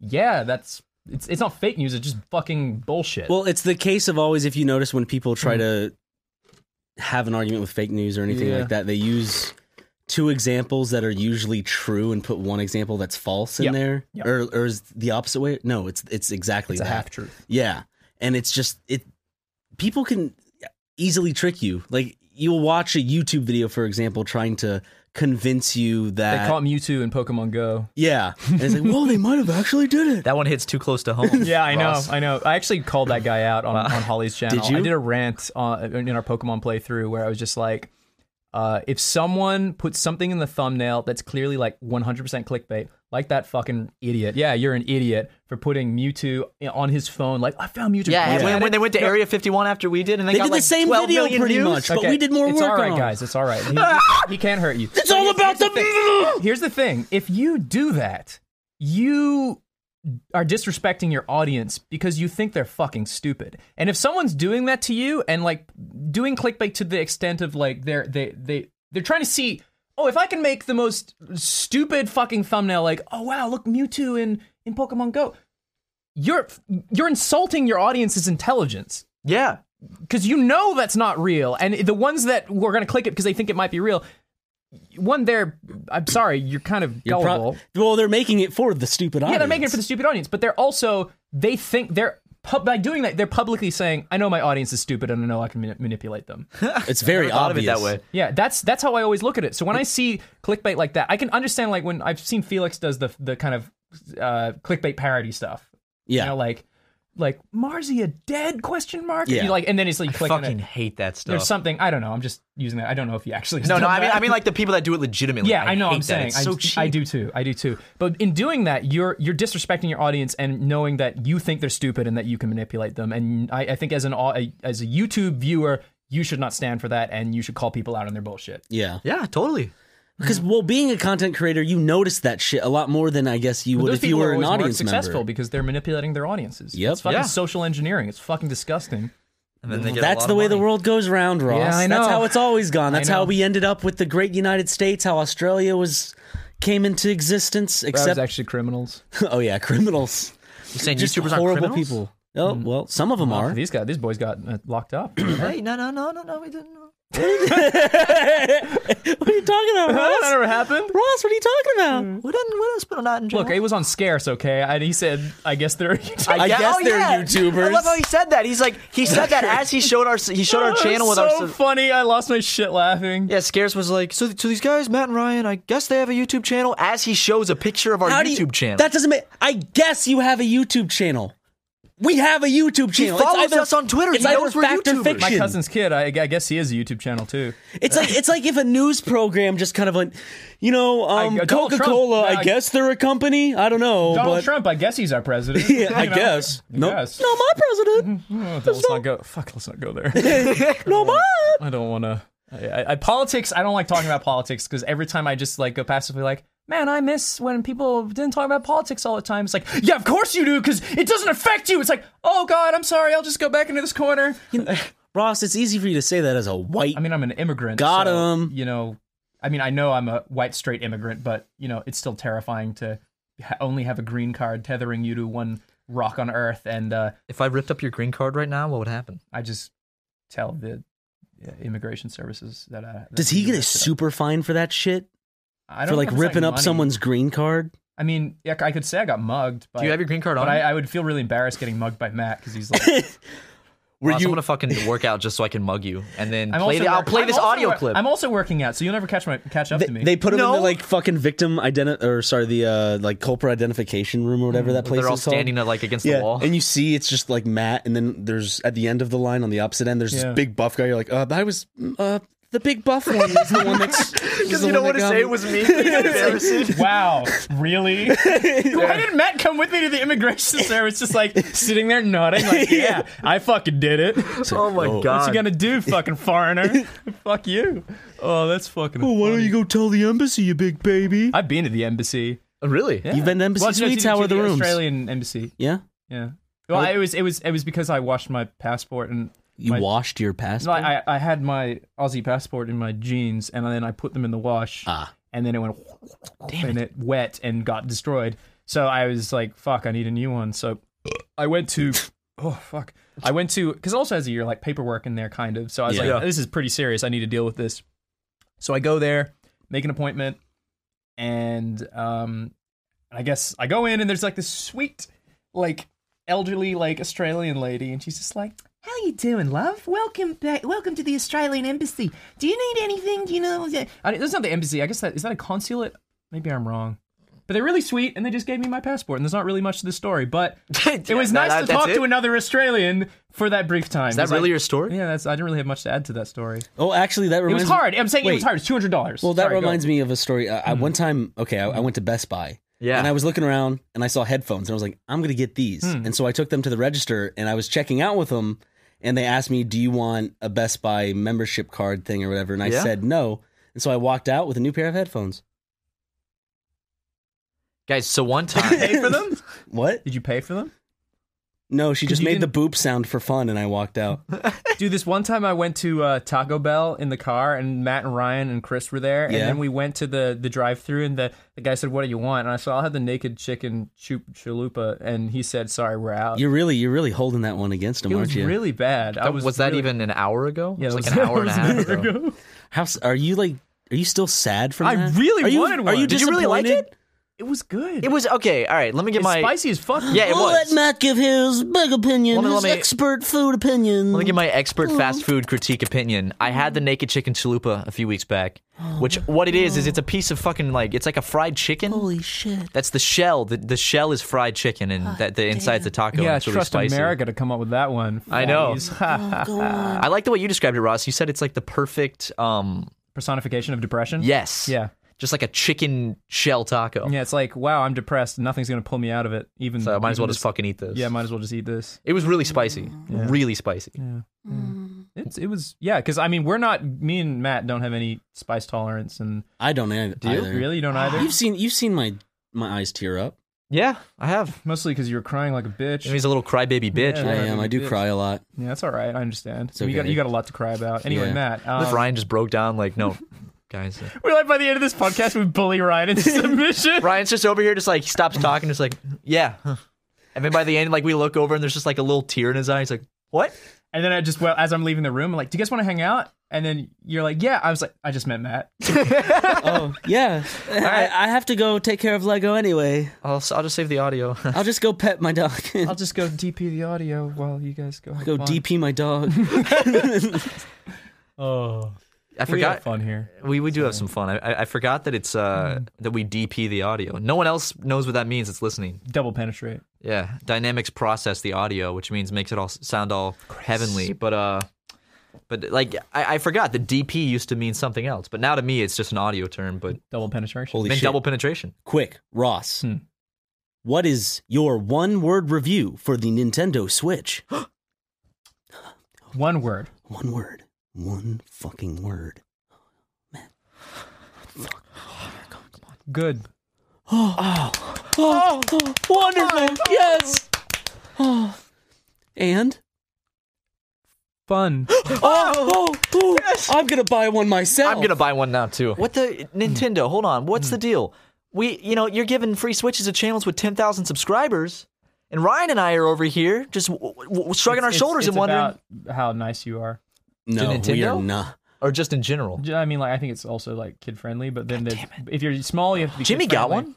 yeah. that's it's it's not fake news. It's just fucking bullshit.
Well, it's the case of always if you notice Mm. when people try to have an argument with fake news or anything
Yeah.
like that, they use two examples that are usually true and put one example that's false in
Yep.
there,
Yep.
or or is the opposite way? No, it's it's exactly
It's a
that.
half truth.
Yeah. And it's just it people can easily trick you. Like you'll watch a YouTube video for example trying to convince you
They
that
caught Mewtwo in Pokemon Go.
yeah. And it's like, "Whoa, they might have actually did it."
That one hits too close to home.
Yeah, I know.
Ross.
I know. I actually called that guy out on, on Holly's channel.
Uh, Did you?
I did a rant on, in our Pokemon playthrough where I was just like, uh, if someone puts something in the thumbnail that's clearly like 100% clickbait, like that fucking idiot. Yeah, you're an idiot for putting Mewtwo on his phone. Like, I found Mewtwo.
Yeah,
Look
and
at
When, when
it.
they went to Area 51 after we did, and they,
They
got
did the
like
same
12
video
million
pretty
views.
much. but we did more
it's
work
all right,
on it.
guys. It's all right. He, he- he can't hurt you.
It's all about the
Here's the thing: if you do that, you are disrespecting your audience because you think they're fucking stupid. And if someone's doing that to you and like doing clickbait to the extent of like they're they they they're trying to see, oh, if I can make the most stupid fucking thumbnail, like, oh wow, look Mewtwo in in Pokemon Go. You're you're insulting your audience's intelligence
Yeah.
because you know that's not real. And the ones that were going to click it because they think it might be real, one, they're, I'm sorry, you're kind of
You're pro-
gullible.
well, they're making it for the stupid audience.
yeah, they're making it for the stupid audience, but they're also, they think they're, pub- by doing that, they're publicly saying, I know my audience is stupid and I know I can mani- manipulate them.
It's very
Never thought
obvious.
of it that way.
Yeah, that's that's how I always look at it. So when I see clickbait like that, I can understand like when I've seen Felix does the the kind of uh, clickbait parody stuff.
Yeah.
You know, like like Marzia dead question mark.
Yeah.
You like and then it's like
I
clicking it.
fucking hate that
There's
stuff.
something I don't know. I'm just using that. I don't know if he actually. has
no, no,
done
I mean,
that.
I mean, like the people that do it legitimately.
yeah, I, know.
hate
I'm
that.
saying
it's so cheap.
I, I do too. I do too. But in doing that, you're you're disrespecting your audience and knowing that you think they're stupid and that you can manipulate them. And I, I think as an au- as a YouTube viewer, you should not stand for that, and you should call people out on their bullshit.
Yeah.
Yeah, totally.
Because well, being a content creator, you notice that shit a lot more than I guess you would
Those
if you
people are
were an
always more
audience
successful
member.
because they're manipulating their audiences.
Yep.
it's fucking
Yeah.
social engineering. It's fucking disgusting.
And then they get a
That's
lot
the
of
way the
money.
world goes round, Ross.
Yeah, I
That's
know.
how it's always gone.
I
That's how
know.
we ended up with the great United States, how Australia was came into existence,
That was
except
actually criminals.
oh yeah, criminals.
You're saying
Just
YouTubers
horrible
aren't criminals?
people. Oh
Mm.
well, some of them are.
These guys, these boys got uh, locked up.
Hey, no, no, no, no, no, we didn't. know.
what are you talking about,
that
Ross?
never happened.
Ross, what are you talking about?
Mm.
We didn't. We didn't put not in jail.
Look, it was on Scarce, okay? And he said, I guess there are.
I
guess
oh,
they're
yeah.
YouTubers.
I love how he said that. He's like, he said that as he showed our he showed our channel with
so
our.
funny. I lost my shit laughing.
Yeah, Scarce was like, so, so these guys, Matt and Ryan, I guess they have a YouTube channel. As he shows a picture of our
How do
YouTube
you,
channel.
That doesn't make. I guess you have a YouTube channel. We have a YouTube channel. It's
follows
either-
us on Twitter.
It's
He
either
knows we're
fact or
YouTubers.
fiction.
My cousin's kid. I, I guess he has a YouTube channel too.
It's like it's like if a news program just kind of like, you know, um,
I- Donald
Coca
Trump,
Cola.
yeah,
I
I-
guess they're a company. I don't know,
Donald
but
Trump. I guess he's our president.
yeah, I
You know?
guess.
I
No,
guess.
no, my president.
Oh, let's not go. Fuck. Let's not go there.
no, my.
I don't want to. I, I, I politics. I don't like talking about politics because every time I just like go passively like. Man, I miss when people didn't talk about politics all the time. It's like, yeah, of course you do, because it doesn't affect you. It's like, oh God, I'm sorry, I'll just go back into this corner.
Ross, it's easy for you to say that as a white.
I mean, I'm an immigrant.
Got
so,
him.
You know, I mean, I know I'm a white straight immigrant, but you know, it's still terrifying to ha- only have a green card tethering you to one rock on Earth, and uh,
if I ripped up your green card right now, what would happen?
I just tell the uh, immigration services that. Uh, that
does he get a
arrested.
super fine for that shit?
I don't
For
know
like
if it's,
ripping up
money.
someone's green card?
I mean, yeah, I could say I got mugged. But,
Do you have your green card
But
on?
I, I would feel really embarrassed getting mugged by Matt because he's like,
Were I'm gonna fucking work out just so I can mug you, and then
I'm
play
also
the, I'll
work-
play
I'm
this
also
audio
wor-
clip.
I'm also working out, so you'll never catch my catch up
They,
to me.
they put him in the
No.
like fucking victim identi or sorry the uh like culprit identification room or
Mm,
whatever that place
They're all
is called.
standing uh, like against
yeah,
the wall.
and you see it's just like Matt, and then there's at the end of the line on the opposite end, there's
Yeah.
this big buff guy. You're like, uh, I was uh the big buff one is the one that's because
was me. Embarrassing.
Wow, really? Why did Matt come with me to the immigration service? Just like sitting there nodding, like, yeah, I fucking did it. What's
oh my
Oh.
god!
you gonna do, fucking foreigner? Fuck you. Oh, that's fucking.
Well, why don't
funny.
you go tell the embassy, you big baby?
I've been to the embassy.
really?
You've been to embassy
Well, no, to,
suites.
to
How are the,
the
rooms? Oh.
Australian embassy.
Yeah,
Yeah. Well, I, it was it was it was because I washed my passport and
you
My-
washed your
no,
passport.
I I had my Aussie passport in my jeans and then I put them in the wash.
ah,
and then it went and it wet and got destroyed. So I was like, fuck, I need a new one. So I went to oh fuck. I went to because it also has your like paperwork in there kind of. So I was
Yeah.
like, this is pretty serious. I need to deal with this. So I go there. make an appointment, and um, I guess I go in and there's like this sweet, like elderly, like Australian lady, and she's just like, "How you doing, love? Welcome back. Welcome to the Australian Embassy. Do you need anything? Do you know?" I, that's not the embassy. I guess that is that a consulate. Maybe I'm wrong. But they're really sweet, and they just gave me my passport. And there's not really much to the story, but it was
Yeah,
nice
that-
to
that's
talk
it?
to another Australian for that brief time.
Is that really your story?
Yeah, that's. I didn't really have much to add to that story.
Oh, actually, that
It
reminds
was hard. I'm saying it
Wait.
was hard. It's two hundred dollars.
Well, that reminds me of a story. Uh, I, one time, okay, I, I went to Best Buy.
Yeah.
And I was looking around and I saw headphones and I was like, I'm going to get these.
Hmm.
And so I took them to the register and I was checking out with them and they asked me, Do you want a Best Buy membership card thing or whatever? And I
Yeah.
said no. And so I walked out with a new pair of headphones.
Guys, so one
Did you pay
time,
for them?
What?
Did you pay for them?
No, she
'Cause
just
you
made the boop sound for fun and I walked out.
Dude, this one time I went to uh, Taco Bell in the car, and Matt and Ryan and Chris were there,
Yeah.
and then we went to the the drive through, and the, the guy said, "What do you want?" And I said, "I'll have the naked chicken chup chalupa," and he said, "Sorry, we're out."
You're really, you're really holding that one against him,
it
aren't
was
you?
really bad. I
that-
was
was, that
really-
even an hour ago?
Yeah,
it was
it
like an
was-
hour and a
it
half
was an hour
ago.
ago.
How s- are you like? Are you still sad from
I
that?
really
are you,
wanted
Are
one.
you
Did you really like
disappointed?
it?
It was good.
It was okay. All right, let me get
It's
my
spicy as fuck.
Yeah, it
Oh,
was.
Matt give his big opinion,
Let me- let me-
expert food opinion.
Let me give my expert fast food critique opinion. I had the naked chicken chalupa a few weeks back, which what it is is
Oh.
it's a piece of fucking like it's like a fried chicken.
Holy shit!
That's the shell. The, the shell is fried chicken, and that the inside's a taco.
Yeah,
and it's really
trust
spicy.
America to come up with that one.
I know.
Fatties.
I like the way you described it, Ross. You said it's like the perfect, um,
Personification of depression.
yes,
Yeah.
just like a chicken shell taco.
Yeah, it's like, wow, I'm depressed. Nothing's gonna pull me out of it. Even
So I might as
even
well
this-
just fucking eat this.
Yeah, might as well just eat this.
It was really spicy, really spicy.
It's, it was yeah, because I mean, we're not. Me and Matt don't have any spice tolerance, and
I don't e, either.
really, you don't either.
You've seen you've seen my my eyes tear up.
Yeah, I have.
Mostly because you were crying like a bitch.
He's a little crybaby bitch.
Yeah.
I
man.
am. I do
bitch.
cry a lot.
yeah, that's all right. I understand.
It's
You got
okay.
you got a lot to cry about. Anyway,
Yeah.
Matt.
What if
Um,
Ryan just broke down, like, no, guys. uh,
We're like by the end of this podcast, we bully Ryan into submission.
Ryan's just over here, just like he stops talking, just like, yeah. huh." And then by the end, like we look over and there's just like a little tear in his eye. He's like, what?
And then I just well, as I'm leaving the room, I'm like, "Do you guys want to hang out?" And then you're like, "Yeah." I was like, "I just met Matt."
Oh yeah, I, I have to go take care of Lego anyway.
I'll I'll just save the audio.
I'll just go pet my dog.
I'll just go DP the audio while you guys go. have
go
fun.
DP my dog.
Oh,
I
we had
forgot.
fun here.
We we do have some fun. I, I I forgot that it's uh that we DP the audio. No one else knows what that means. It's listening.
Double penetrate.
Yeah, dynamics process the audio, which means makes it all s- sound all heavenly. But uh, but like I, I forgot the DP used to mean something else, but now to me it's just an audio term. But
Double penetration.
Holy
then
shit!
double penetration.
Quick, Ross.
Hmm.
What is your one word review for the Nintendo Switch?
One word.
One word. One fucking word.
Good.
Oh, wonderful. Yes. Oh. And
Fun.
oh, oh, oh, I'm gonna buy one myself.
I'm gonna buy one now too. Hmm. What the Nintendo? Hold on, what's the deal? We, you know, you're giving free switches to channels with 10,000 subscribers, and Ryan and I are over here just w- w- w- shrugging our
It's-
shoulders
it's
and wondering,
about how nice you are.
no,
to
we are
Nintendo?
not.
or just in general.
I mean, like I think it's also like kid friendly, but then there's, if you're small, you have to be.
Jimmy got
kid-friendly.
one.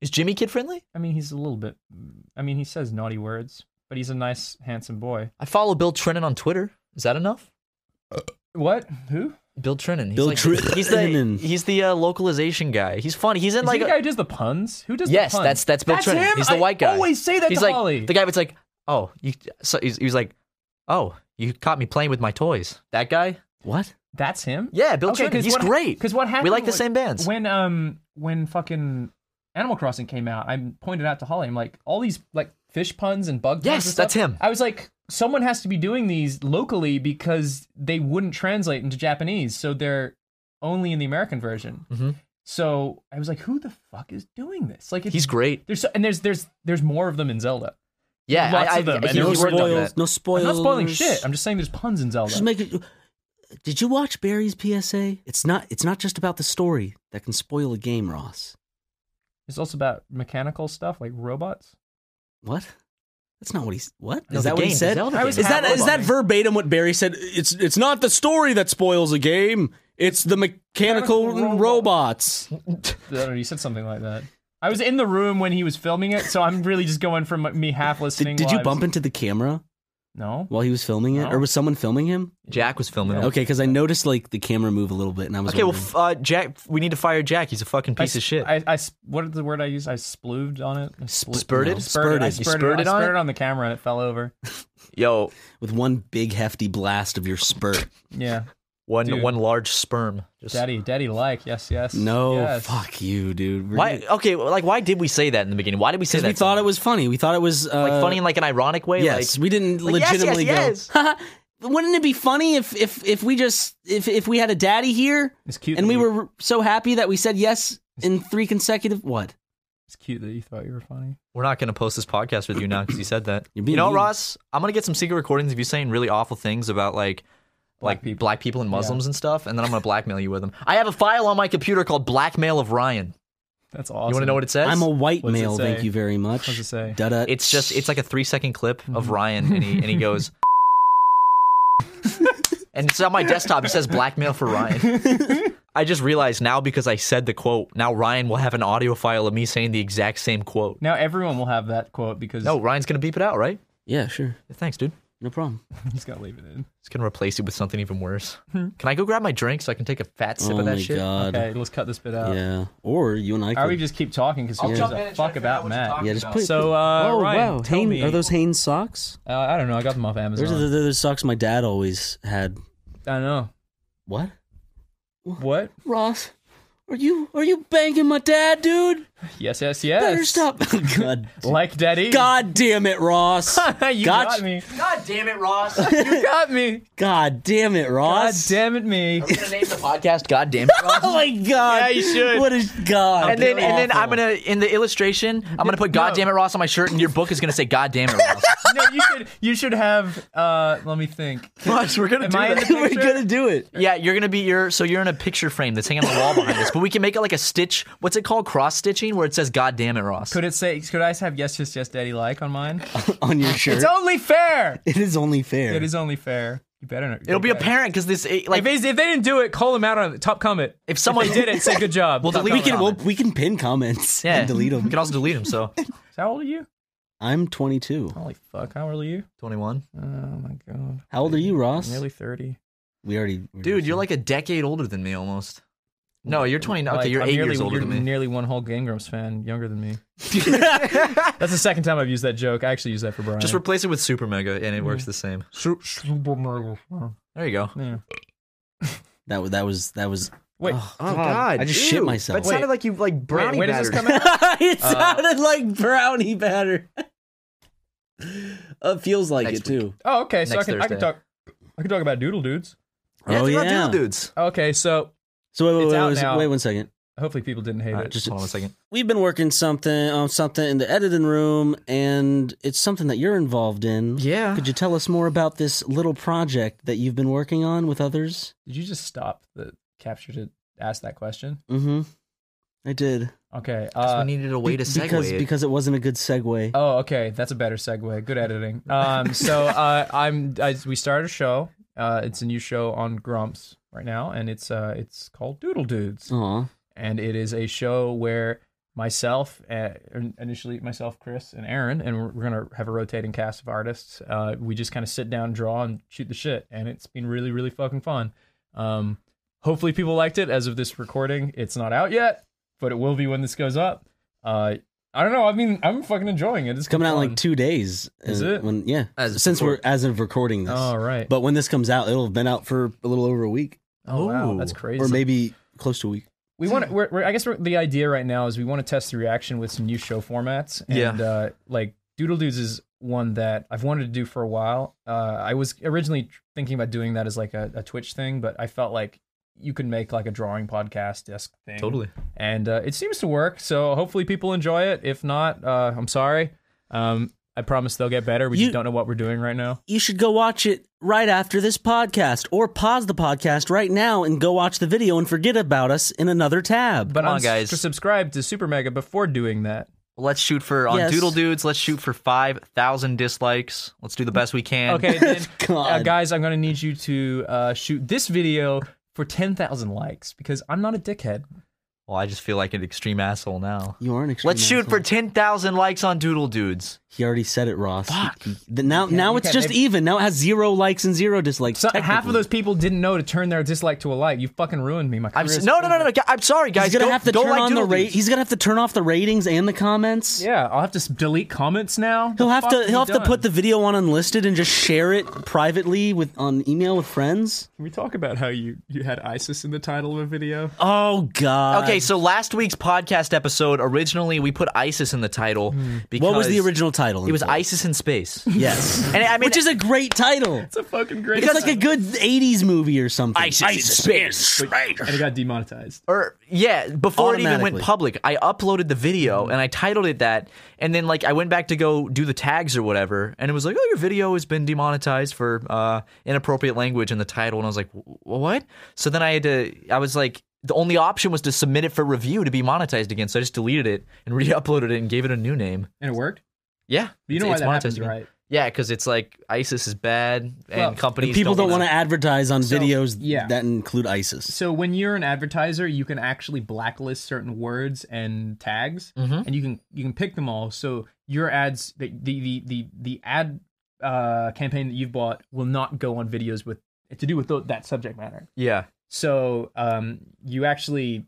Is Jimmy kid friendly?
I mean, he's a little bit. I mean, he says naughty words, but he's a nice, handsome boy.
I follow Bill Trennan on Twitter. Is that enough?
What? Who?
Bill Trennan. He's
Bill
like-
Trennan.
He's the he's the uh, localization guy. He's funny. He's in
Is
like
he the
a-
guy who does the puns? Who does?
yes,
the puns?
that's that's Bill
That's
Trennan.
him?
He's the
I
white guy.
always say that
he's
to
like
Holly.
the guy that's like, oh, you. So he's, he was like, oh, you caught me playing with my toys. That guy.
What?
That's him.
Yeah, Bill
Okay,
Trennan.
'cause
He's
what-
great.
'cause what
We
happened
like the
was-
same bands.
When um when fucking Animal Crossing came out, I pointed out to Holly, I'm like, all these like fish puns and bug puns.
Yes,
and
that's
stuff,
him.
I was like, someone has to be doing these locally because they wouldn't translate into Japanese, so they're only in the American version.
Mhm.
So I was like, who the fuck is doing this? Like, it's,
He's great.
There's so, and there's there's there's more of them in Zelda.
Yeah,
Lots
I, I,
of them, and
he,
they're
he
no
all
worked on
spoils.
that.
No spoilers.
I'm not spoiling shit. I'm just saying there's puns in Zelda.
just make it. Did you watch Barry's PSA? It's not. It's not just about the story that can spoil a game, Ross.
it's also about mechanical stuff like robots.
What? That's not what he's. What is
No, the
that? What he
game, the
said?
Zelda
I was-
Is that
Have
is that
Robots.
verbatim what Barry said? It's it's not the story that spoils a game. It's the mechanical,
Mechanical
robots.
I don't know, you said something like that. I was in the room when he was filming it, so I'm really just going from me half listening.
Did, did you
while I was-
bump into the camera
No.
while he was filming it,
No.
or was someone filming him?
Jack was filming. it.
Okay, because I noticed like the camera move a little bit, and I was
Okay, well,
wondering.
f- uh, Jack, we need to fire Jack. He's a fucking
I
piece of
sp-
shit.
I, I sp- what is the word I used? I splooved on it. I spl-
spurted?
no, spurted. I
Spurted.
You
spurted,
spurted
I
on it?
spurted on the camera and it fell over.
Yo,
with one big hefty blast of your spurt.
Yeah,
one
Dude.
one large sperm. Just
daddy, daddy, like yes, yes.
No,
yes.
fuck you, dude. We're
why?
gonna-
Okay, well, like why did we say that in the beginning? Why did we say
'Cause
that?
we thought it was funny. We thought it was uh,
like funny in like an ironic way.
Yes,
like,
we didn't
like, yes, yes,
legitimately
yes.
go. "Haha." Wouldn't it be funny if if if we just if if we had a daddy here
It's cute.
and
that
we
you-
were so happy that we said yes in three consecutive what?
It's cute that you thought you were funny.
we're not gonna post this podcast with you now because you said that.
You're
you
being
know,
mean.
Ross, I'm gonna get some secret recordings of you saying really awful things about like.
Black
like
people.
black people and Muslims and stuff, and then I'm gonna blackmail you with them. I have a file on my computer called "Blackmail of Ryan."
That's awesome.
You want to know what it says?
I'm a white
What does it
male, thank
say?
you very much.
does it say?
Da-da.
It's just it's like a three second clip of Ryan and he and he goes and it's on my desktop. It says blackmail for Ryan. I just realized now because I said the quote. Now Ryan will have an audio file of me saying the exact same quote.
Now everyone will have that quote because
No, Ryan's gonna beep it out, right?
yeah, sure,
Thanks, dude.
no problem.
he's got to leave it in.
It's gonna replace it with something even worse. Can I go grab my drink so I can take a fat sip
oh
of that
my
shit?
god,
Okay, let's cut this bit out.
yeah. Or you and I.
Or
Could,
we just keep talking because who gives a fuck about Matt?
yeah, just put.
So, uh,
oh
Ryan,
wow,
tell
Hanes-
me-
are those Hanes socks?
Uh, I don't know. I got them off
Those are
Amazon.
the, the, the socks my dad always had.
I know.
What?
What?
Ross, are you are you banging my dad, dude?
Yes, yes, yes.
Better stop. God,
Like daddy.
God damn it, Ross. Gotcha.
you got me.
God damn it, Ross!
You got me.
God damn it,
God
Ross.
damn it, me.
gonna name the podcast. God damn it, Ross.
Oh my God.
Yeah, you should.
What is God?
and then and then
Awful.
I'm gonna in the illustration I'm gonna put
No.
God damn it Ross on my shirt and your book is gonna say God damn it Ross.
no, you should. You should have. Uh, let me think.
Ross, we're gonna
Am I in the
We're
picture?
gonna do it.
Yeah, you're gonna be your so you're in a picture frame that's hanging on the wall behind us, but we can make it like a stitch. What's it called? Cross stitching where it says God damn it Ross.
Could it say? Could I have yes, yes, yes, daddy like on mine?
On your shirt.
It's only fair.
It is only fair.
It is only fair. You better. Not,
It'll be
okay.
apparent because this it- like
If, it's- if they didn't do it, call them out on it. Top comment.
if someone
They did it. Say good job.
Well,
Top
delete
We
comment.
can we'll,
comment.
we can pin comments
yeah,
and delete
You
them.
can also delete them. So
How old are you?
I'm 22.
Holy fuck! How old are you?
21,
Oh my god.
How old are you, Ross?
I'm nearly thirty.
We already. we
dude,
already-
you're like a decade older than me almost. No, you're 29. Okay,
Like,
you're
I'm
eight
nearly,
years older
you're
than me.
Nearly one whole Game Grumps fan, younger than me. That's the second time I've used that joke. I actually used that for Brian.
Just replace it with Super Mega and it works the same. There you go.
Yeah.
That wa- that was that was.
Wait,
Oh, God. I just shit myself.
like you like
brownie when does this battered.
it
Uh,
sounded like brownie batter. it feels like
Next
it
week.
too.
Oh, okay. So I
Next
can, I can
Thursday.
talk. I can talk about Doodle Dudes.
Yeah,
oh
it's about
yeah.
Doodle dudes.
Okay, so
So wait, wait,
It's
wait,
out
wait,
now.
wait one second.
hopefully people didn't hate
All right,
it.
just hold on a second.
We've been working something on something in the editing room, and it's something that you're involved in.
Yeah.
Could you tell us more about this little project that you've been working on with others?
Did you just stop the capture to ask that question?
Mm-hmm. I did.
Okay.
we
Uh,
needed a way to
Be-
segue.
because
it.
because it wasn't a good segue.
oh, okay. That's a better segue. Good editing. Um, so uh, I'm. I, we started a show. Uh, it's a new show on Grumps right now, and it's uh, it's called Doodle
Oh.
Dudes.
Aw.
and it is a show where myself uh, initially myself chris and aaron and we're, we're gonna have a rotating cast of artists uh, we just kind of sit down draw and shoot the shit and it's been really really fucking fun um, hopefully people liked it as of this recording it's not out yet but it will be when this goes up uh, i don't know i mean i'm fucking enjoying it it's
It's coming out in like
fun.
two days.
Is
Uh,
it?
When, yeah.
As of
Since we're
record-
as of recording this.
oh right
But when this comes out, it'll have been out for a little over a week,
oh wow,
Ooh.
that's crazy
or maybe close to a week.
we
Hmm.
want to we're, we're, i guess we're, the idea right now is we want to test the reaction with some new show formats and
Yeah.
uh, like doodle dudes is one that i've wanted to do for a while uh, i was originally tr- thinking about doing that as like a, a twitch thing but i felt like you could make like a drawing podcast desk thing
totally.
and uh, it seems to work so hopefully people enjoy it if not uh, i'm sorry um, i promise they'll get better we
You-
just don't know what we're doing right now
you should go watch it right after this podcast or pause the podcast right now and go watch the video and forget about us in another tab.
but
Come on,
i'm
guys.
to subscribe to super mega before doing that
Let's shoot for on
Yes.
Doodle Dudes. Let's shoot for five thousand dislikes. Let's do the best we can.
okay then
God.
uh, guys, I'm gonna need you to uh, shoot this video for 10,000 likes because I'm not a dickhead.
Well, I just feel like an extreme asshole now.
You are an extreme.
Let's shoot for
asshole.
10,000 likes on Doodle Dudes.
He already said it, Ross.
Fuck.
He- he- now,
Yeah,
now
you
it's
can't
just
make-
even. Now it has zero likes and zero dislikes.
So, half of
technically.
those people didn't know to turn their dislike to a like. You fucking ruined me. My
I'm
career
s-
is
no, no, no, no,
over.
no. I'm sorry, guys.
He's gonna
Go-
have to
go
turn
like
on the
Doodle
rate.
Dudes.
He's gonna have to turn off the ratings and the comments.
Yeah, I'll have to s- delete comments now.
He'll
The
have
fuck
to. He'll
you
have to
done?
put the video on unlisted and just share it privately with on email with friends.
Can we talk about how you you had ISIS in the title of a video?
Oh God.
Okay, so last week's podcast episode, originally we put ISIS in the title because
Hmm. What was the original title?
It was ISIS in space.
Yes.
And I mean,
Which is a great title.
It's a fucking great.
It's like a good '80s movie or something.
space.
and it got demonetized.
or yeah, before it even went
Automatically. Hmm.
public, I uploaded the video and I titled it that. And then like I went back to go do the tags or whatever, and it was like, oh, your video has been demonetized for uh, inappropriate language in the title. And I was like, "Wh- what? So then I had to. I was like, the only option was to submit it for review to be monetized again. So I just deleted it and re-uploaded it and gave it a new name.
And it worked.
Yeah,
You
it's-
know why
it's
that happens,
monetized again.
right?
Yeah, because it's like ISIS is bad, and
Well,
companies
People don't want
wanna-
to advertise on
So,
videos
yeah.
that include ISIS.
So when you're an advertiser, you can actually blacklist certain words and tags,
Mhm.
and you can you can pick them all. So your ads, the the the the, the ad uh, campaign that you've bought will not go on videos with to do with tho- that subject matter.
Yeah,
So um, you actually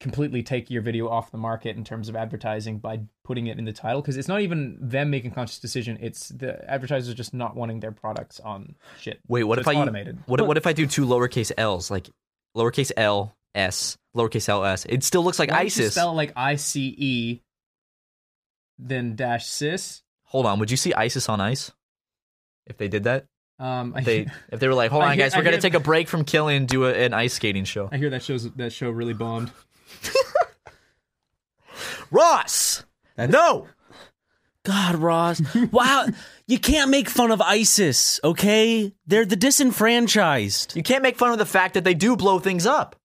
completely take your video off the market in terms of advertising by putting it in the title because it's not even them making conscious decision. It's the advertisers just not wanting their products on shit.
Wait, what
So
if
it's
I
automated?
What what if I do two lowercase l's, like lowercase l s, lowercase l s? It still looks like
Why don't you
ISIS.
spell it like I C E, then dash cis.
Hold on, would you see ISIS on ice? If they did that,
Um, I,
If they
hear,
if they were like, hold
I
on,
hear-
guys,
I
we're gonna
hear-
take a break from killing and do a, an ice skating show.
I hear that shows that show really bombed.
Ross,
That's-
no,
God, Ross. wow, you can't make fun of ISIS. Okay, they're the disenfranchised.
you can't make fun of the fact that they do blow things up.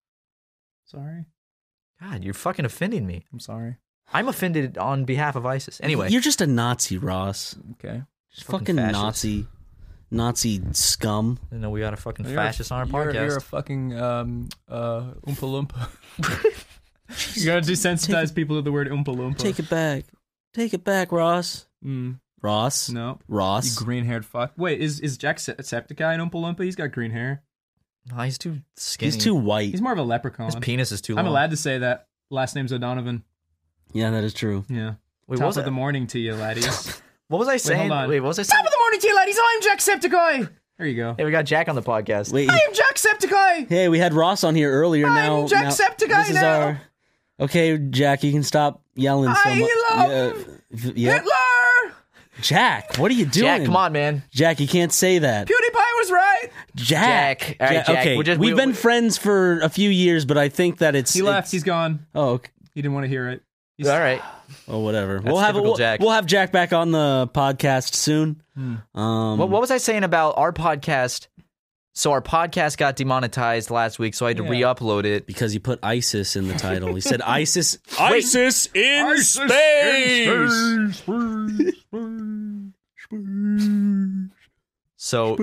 Sorry,
God, you're fucking offending me.
I'm sorry.
I'm offended on behalf of ISIS. Anyway,
You're just a Nazi, Ross.
Okay,
Just
Fucking
fucking,
fascist.
Nazi, Nazi scum.
I know we got a fucking fascist on our podcast.
fucking um uh oompa loompa. you gotta desensitize people to the word oompa loompa.
Take it back. Take it back, Ross.
Mm,
Ross.
no, you
Ross.
green haired fuck. Wait, is is Jack Se- Septicai an oompa loompa? He's got green hair.
No, he's too skinny.
He's too white.
He's more of a leprechaun.
His penis is too long.
I'm allowed to say that. Last name's O'Donovan.
yeah, that is true.
Yeah.
Wait,
Top
what was,
of
I,
the morning to you, laddies.
what was I
hold
saying?
on.
Wait, what was I saying?
Top of the morning to you, ladies. I'm Jacksepticeye. There you go.
Hey, we got Jack on the podcast.
Wait.
I am Jacksepticeye.
Hey, we had Ross on here earlier.
I'm
now, now-
Jacksepticeye
this is
now.
our. Okay, Jack, you can stop yelling so
I
much.
love
yeah, yeah.
Hitler.
Jack, what are you doing?
Jack, come on, man.
Jack, you can't say that.
PewDiePie was right.
Jack.
Jack. All right, Jack,
Okay,
we're just-
we've
we-
been
we-
friends for a few years, but I think that it's.
He left. He's
it's-
gone.
oh, okay.
He didn't want to hear it. He's,
All right.
Oh, whatever. we'll have
typical
we'll,
Jack.
we'll have Jack back on the podcast soon.
Hmm.
Um,
What, what was I saying about our podcast? So our podcast got demonetized last week, so I had to re-upload it.
because you put ISIS in the title. He said ISIS.
ISIS in space.
So,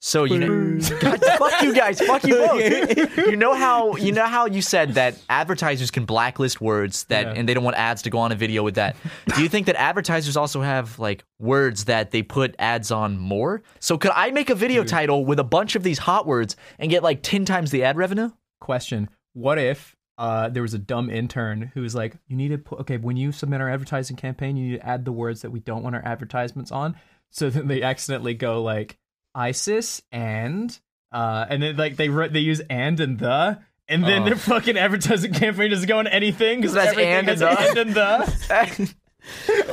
so you know, God, fuck you guys, fuck you both. You know how you know how you said that advertisers can blacklist words that, and they don't want ads to go on a video with that. Do you think that advertisers also have like words that they put ads on more? So could I make a video title with a bunch of these hot words and get like ten times the ad revenue?
Question: What if uh, there was a dumb intern who was like, "You need to put okay when you submit our advertising campaign, you need to add the words that we don't want our advertisements on." So then they accidentally go like ISIS and uh, and then like they wrote- they use and and the. And then
Oh.
their fucking advertising campaign doesn't go on anything because
That's and and the.
and and the.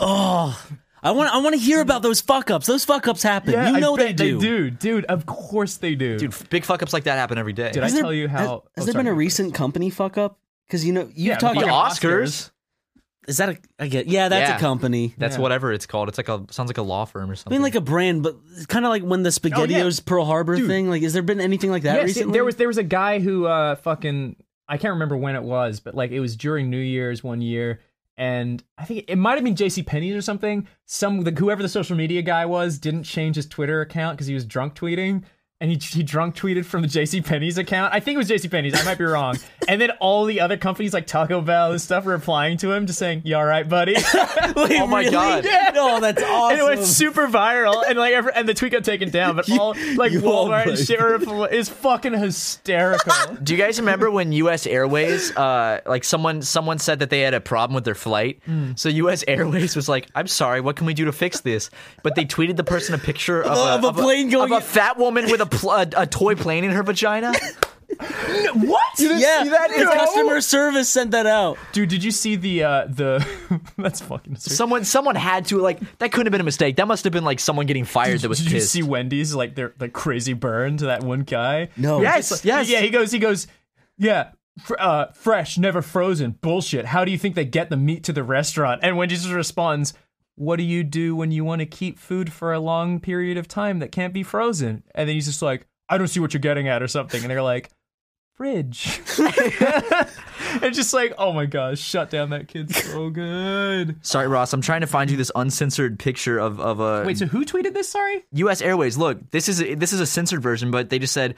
Oh, I want I want to hear about those fuck ups. Those fuck ups happen.
Yeah,
you
I
know
bet
they do.
They do, dude. Of course they do,
Dude, f- big fuck ups like that happen every day.
Did I
Has there-
tell you
has-
how?
Has,
oh,
there
sorry.
been a recent company fuck up? Because you know you've
Yeah,
talked.
the
fucking
Oscars.
Is that a? I get. Yeah, that's
Yeah.
a company.
That's
Yeah.
whatever it's called. It's like a sounds like a law firm or
I
something.
mean, like a brand, but kind of like when the SpaghettiOs Pearl Harbor thing. Like, has there been anything like that
Oh, Yes,
recently?
there was there was a guy who uh fucking I can't remember when it was, but like it was during New Year's one year, and I think it might have been J.C. Penney's or something. Some the, whoever the social media guy was didn't change his Twitter account because he was drunk tweeting. and he, he drunk tweeted from the JC Penney's account. I think it was JC Penney's. I might be wrong. and then all the other companies like Taco Bell and stuff were replying to him, just saying, "You all right, buddy?"
oh my god.
Yeah.
No, that's awesome.
And it went super viral, and like every, and the tweet got taken down, but all like
you all
Walmart and
right.
shit were repl- is fucking hysterical.
Do you guys remember when U.S. Airways, uh, like someone someone said that they had a problem with their flight?
Mm.
So U.S. Airways was like, "I'm sorry, what can we do to fix this?" But they tweeted the person a picture of,
Of a plane going-
of a fat woman with a, pl- a a toy plane in her vagina.
what?
yeah, the
No.
customer service sent that out.
Dude, did you see the uh the? that's fucking. hysterical.
someone someone had to like that couldn't have been a mistake. That must have been like someone getting fired that was
Did you
pissed.
see Wendy's like their like crazy burn to that one guy?
No.
Yes,
Yes, yes.
Yeah, he goes, he goes, yeah, fr- uh, fresh, never frozen, bullshit. How do you think they get the meat to the restaurant? And Wendy's just responds, "What do you do when you want to keep food for a long period of time that can't be frozen?" And then he's just like, "I don't see what you're getting at" or something. And they're like. Fridge. and just like, oh my gosh, shut down that kid so good.
Sorry, Ross. I'm trying to find you this uncensored picture of of a
Wait, so who tweeted this? Sorry?
U.S. Airways. Look, this is a, this is a censored version, but they just said.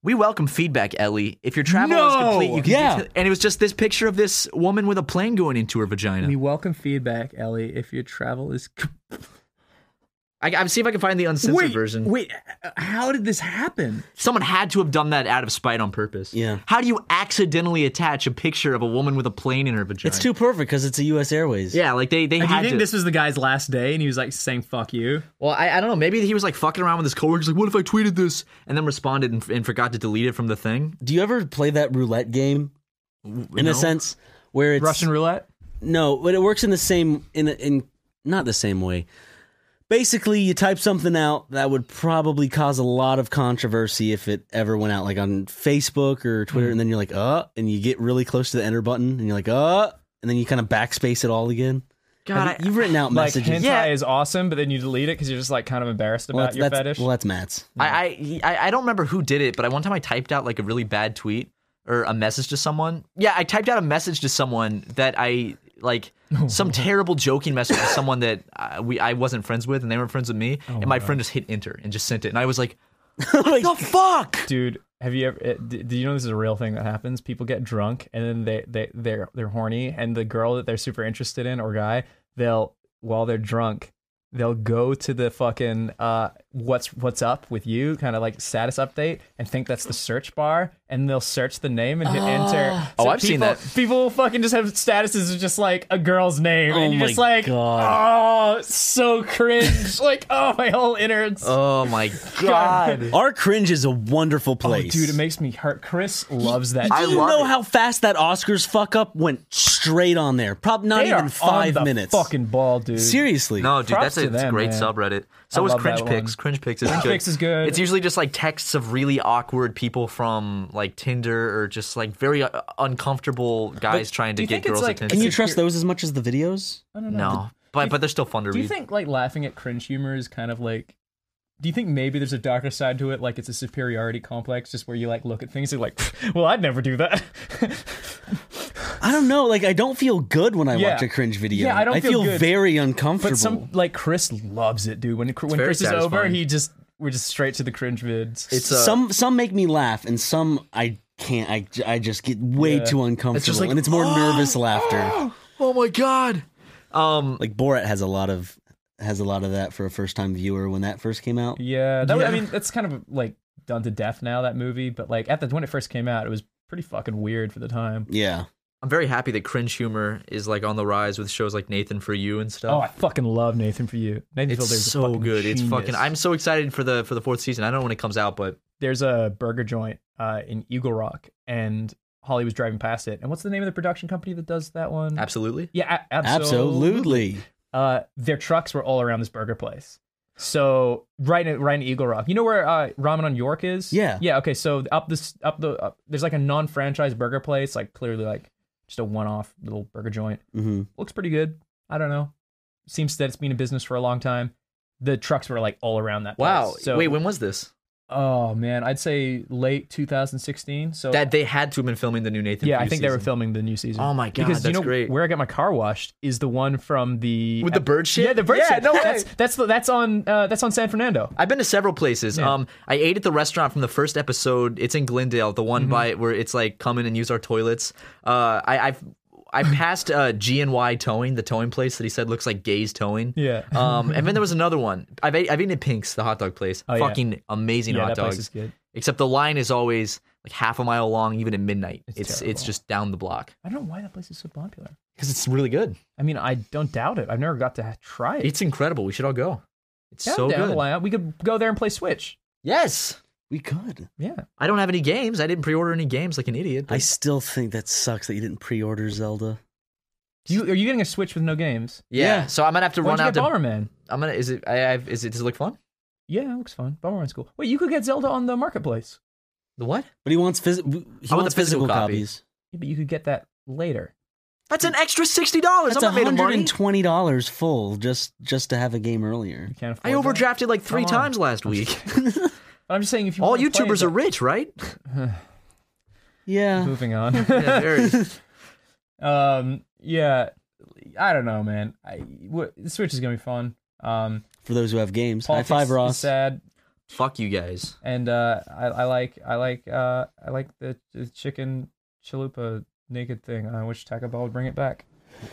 We welcome feedback, Ellie. If your travel is
No!
complete, you can
Yeah.
and it was just this picture of this woman with a plane going into her vagina.
We welcome feedback, Ellie, if your travel is
I, I'm see if I can find the uncensored version.
Wait, how did this happen?
Someone had to have done that out of spite on purpose.
Yeah.
How do you accidentally attach a picture of a woman with a plane in her vagina?
It's too perfect because it's a U.S. Airways.
Yeah, like they they
Do you
had
think
to.
this was the guy's last day and he was like saying "fuck you"?
well, I, I don't know. Maybe he was like fucking around with his coworkers. Like, what if I tweeted this and then responded and, and forgot to delete it from the thing?
Do you ever play that roulette game? In
no.
a sense, where it's
Russian roulette.
No, but it works in the same in in not the same way. Basically, you type something out that would probably cause a lot of controversy if it ever went out, like on Facebook or Twitter, and then you're like, uh, and you get really close to the enter button, and you're like, uh, and then you kind of backspace it all again.
God,
Have you- you've written out
Like
messages.
hentai
Yeah.
is awesome, but then you delete it because you're just like kind of embarrassed
well,
about
that's,
your
that's-
fetish.
well, that's Matt's.
I, I I I don't remember who did it, but I one time I typed out like a really bad tweet or a message to someone. Yeah, I typed out a message to someone that I like some terrible joking message to someone that I, we I wasn't friends with, and they weren't friends with me. and Oh my friend just hit enter and just sent it, and I was like, "What the fuck?"
Dude, have you ever? it- d- Do you know this is a real thing that happens? People get drunk and then they they they're they're horny, and the girl that they're super interested in or guy, they'll while they're drunk. They'll go to the fucking uh, what's what's up with you kind of like status update and think that's the search bar and they'll search the name and hit enter.
Oh, I've seen
people-
that.
People fucking just have statuses of just like a girl's name and
Oh
you're just
my
like, oh,
God.
so cringe. like, oh, my whole innards.
Oh my god!
Our cringe is a wonderful
Oh,
place,
dude, it makes me hurt. Chris loves that.
Do
I
you
love
know
it.
how fast that Oscars fuck up went straight on there? Probably not
They are
even five
on the
minutes.
Fucking ball, dude.
Seriously,
No, dude,
Props
that's a,
to
it's a
them,
great
man.
subreddit.
I
So is
love that
Cringe Pics. Cringe Pics is
Cringe
good.
Pics is good.
It's usually just like texts of really awkward people from like Tinder or just like very uh, uncomfortable guys
But
trying
do
to
you
get
think it's
girls'
like-
Can
attention.
you
Secure-
trust those as much as the videos?
I don't know.
No, but but they're still fun to
Do you
read.
think like laughing at cringe humor is kind of like? Do you think maybe there's a darker side to it? Like it's a superiority complex, just where you like look at things and like, well, I'd never do that.
I don't know. Like, I don't feel good when I
Yeah.
watch a cringe video.
Yeah, I don't
I
feel
feel,
good.
very uncomfortable.
but some like Chris loves it, dude. When when
very
Chris is over,
satisfying.
he just we're just straight to the cringe vids.
it's uh,
some some make me laugh, and some I can't. I, j- I just get way too uncomfortable,
like, "Ah!"
and it's more nervous laughter.
Oh my god. Um,
Like Borat has a lot of has a lot of that for a first time viewer when that first came out.
yeah, that was- I
Yeah.
mean, that's kind of like done to death now that movie. But like at the when it first came out, it was pretty fucking weird for the time.
Yeah,
I'm very happy that cringe humor is like on the rise with shows like Nathan for You and stuff.
Oh, I fucking love Nathan for you. Nathan
it's
Fielder's a
so
fucking
good. It's fucking.
genius.
I'm so excited for the for the fourth season. I don't know when it comes out, but
there's a burger joint uh, in Eagle Rock, and Holly was driving past it. And what's the name of the production company that does that one?
absolutely.
Yeah, a- absolutely.
absolutely.
Uh, their trucks were all around this burger place. So right in right in Eagle Rock, you know where uh, Ramen on York is?
Yeah.
yeah. Okay, so up this up the up, there's like a non-franchise burger place, like clearly like just a one-off little burger joint.
hmm
Looks pretty good. I don't know. Seems that it's been in business for a long time. The trucks were like all around that.
Wow.
Place. So
Wait, when was this?
Oh man, I'd say late 2016. So
That they had to have been filming the new Nathan.
yeah,
Fielder
I think they were
season.
filming the new season.
Oh my God,
because you
that's
know
great.
where I got my car washed is the one from the
With the bird shit?
Yeah, the bird
Yeah,
shit.
no way.
that's that's the- that's on uh, that's on San Fernando.
I've been to several places.
Yeah.
Um, I ate at the restaurant from the first episode. It's in Glendale, the
Mm-hmm.
one by where it's like come in and use our toilets. Uh, I, I've I passed uh, G and Y Towing, the towing place that he said looks like Gay's Towing.
Yeah.
Um, and then there was another one. I've ate, I've eaten at Pink's, the hot dog place.
Oh, yeah.
Fucking amazing
yeah,
hot
that
dogs.
place is good.
Except the line is always like half a mile long, even at midnight.
It's
It's it's,
terrible.
just down the block
I don't know why that place is so popular.
because it's really good.
I mean, I don't doubt it. I've never got to ha- try it.
It's incredible. We should all go. It's
Yeah, I'm
so
down to
good.
line up. We could go there and play Switch.
Yes.
We could.
Yeah.
I don't have any games. I didn't pre-order any games like an idiot.
I still think that sucks that you didn't pre-order Zelda.
You are you getting a Switch with no games?
Yeah.
Yeah.
So I'm gonna have to
Why
run
don't you
out
get
to.
Bomberman?
I'm gonna. Is it? I have. Is it? Does it look fun?
Yeah, it looks fun. Bomberman's cool. Wait, you could get Zelda on the marketplace.
The what?
But he wants phys- w- he
I want
wants
the physical
physical,
copy.
copies.
Yeah, but you could get that later.
That's an extra sixty dollars.
That's
I'm not made of
hundred
money.
and twenty dollars full just just to have a game earlier.
You can't afford.
I
that.
overdrafted like three
Come on.
times last week.
I'm just saying if you
All
wanna play
YouTubers
it-
are rich, right?
Yeah,
moving on.
Yeah, very.
um, yeah, I don't know, man. I w- the Switch is gonna be fun. Um,
for those who have games.
politics
High five,
is
Ross.
sad,
Fuck you guys.
and uh, I, I like I like uh, I like the, the chicken chalupa naked thing. I wish Taco Bell would bring it back.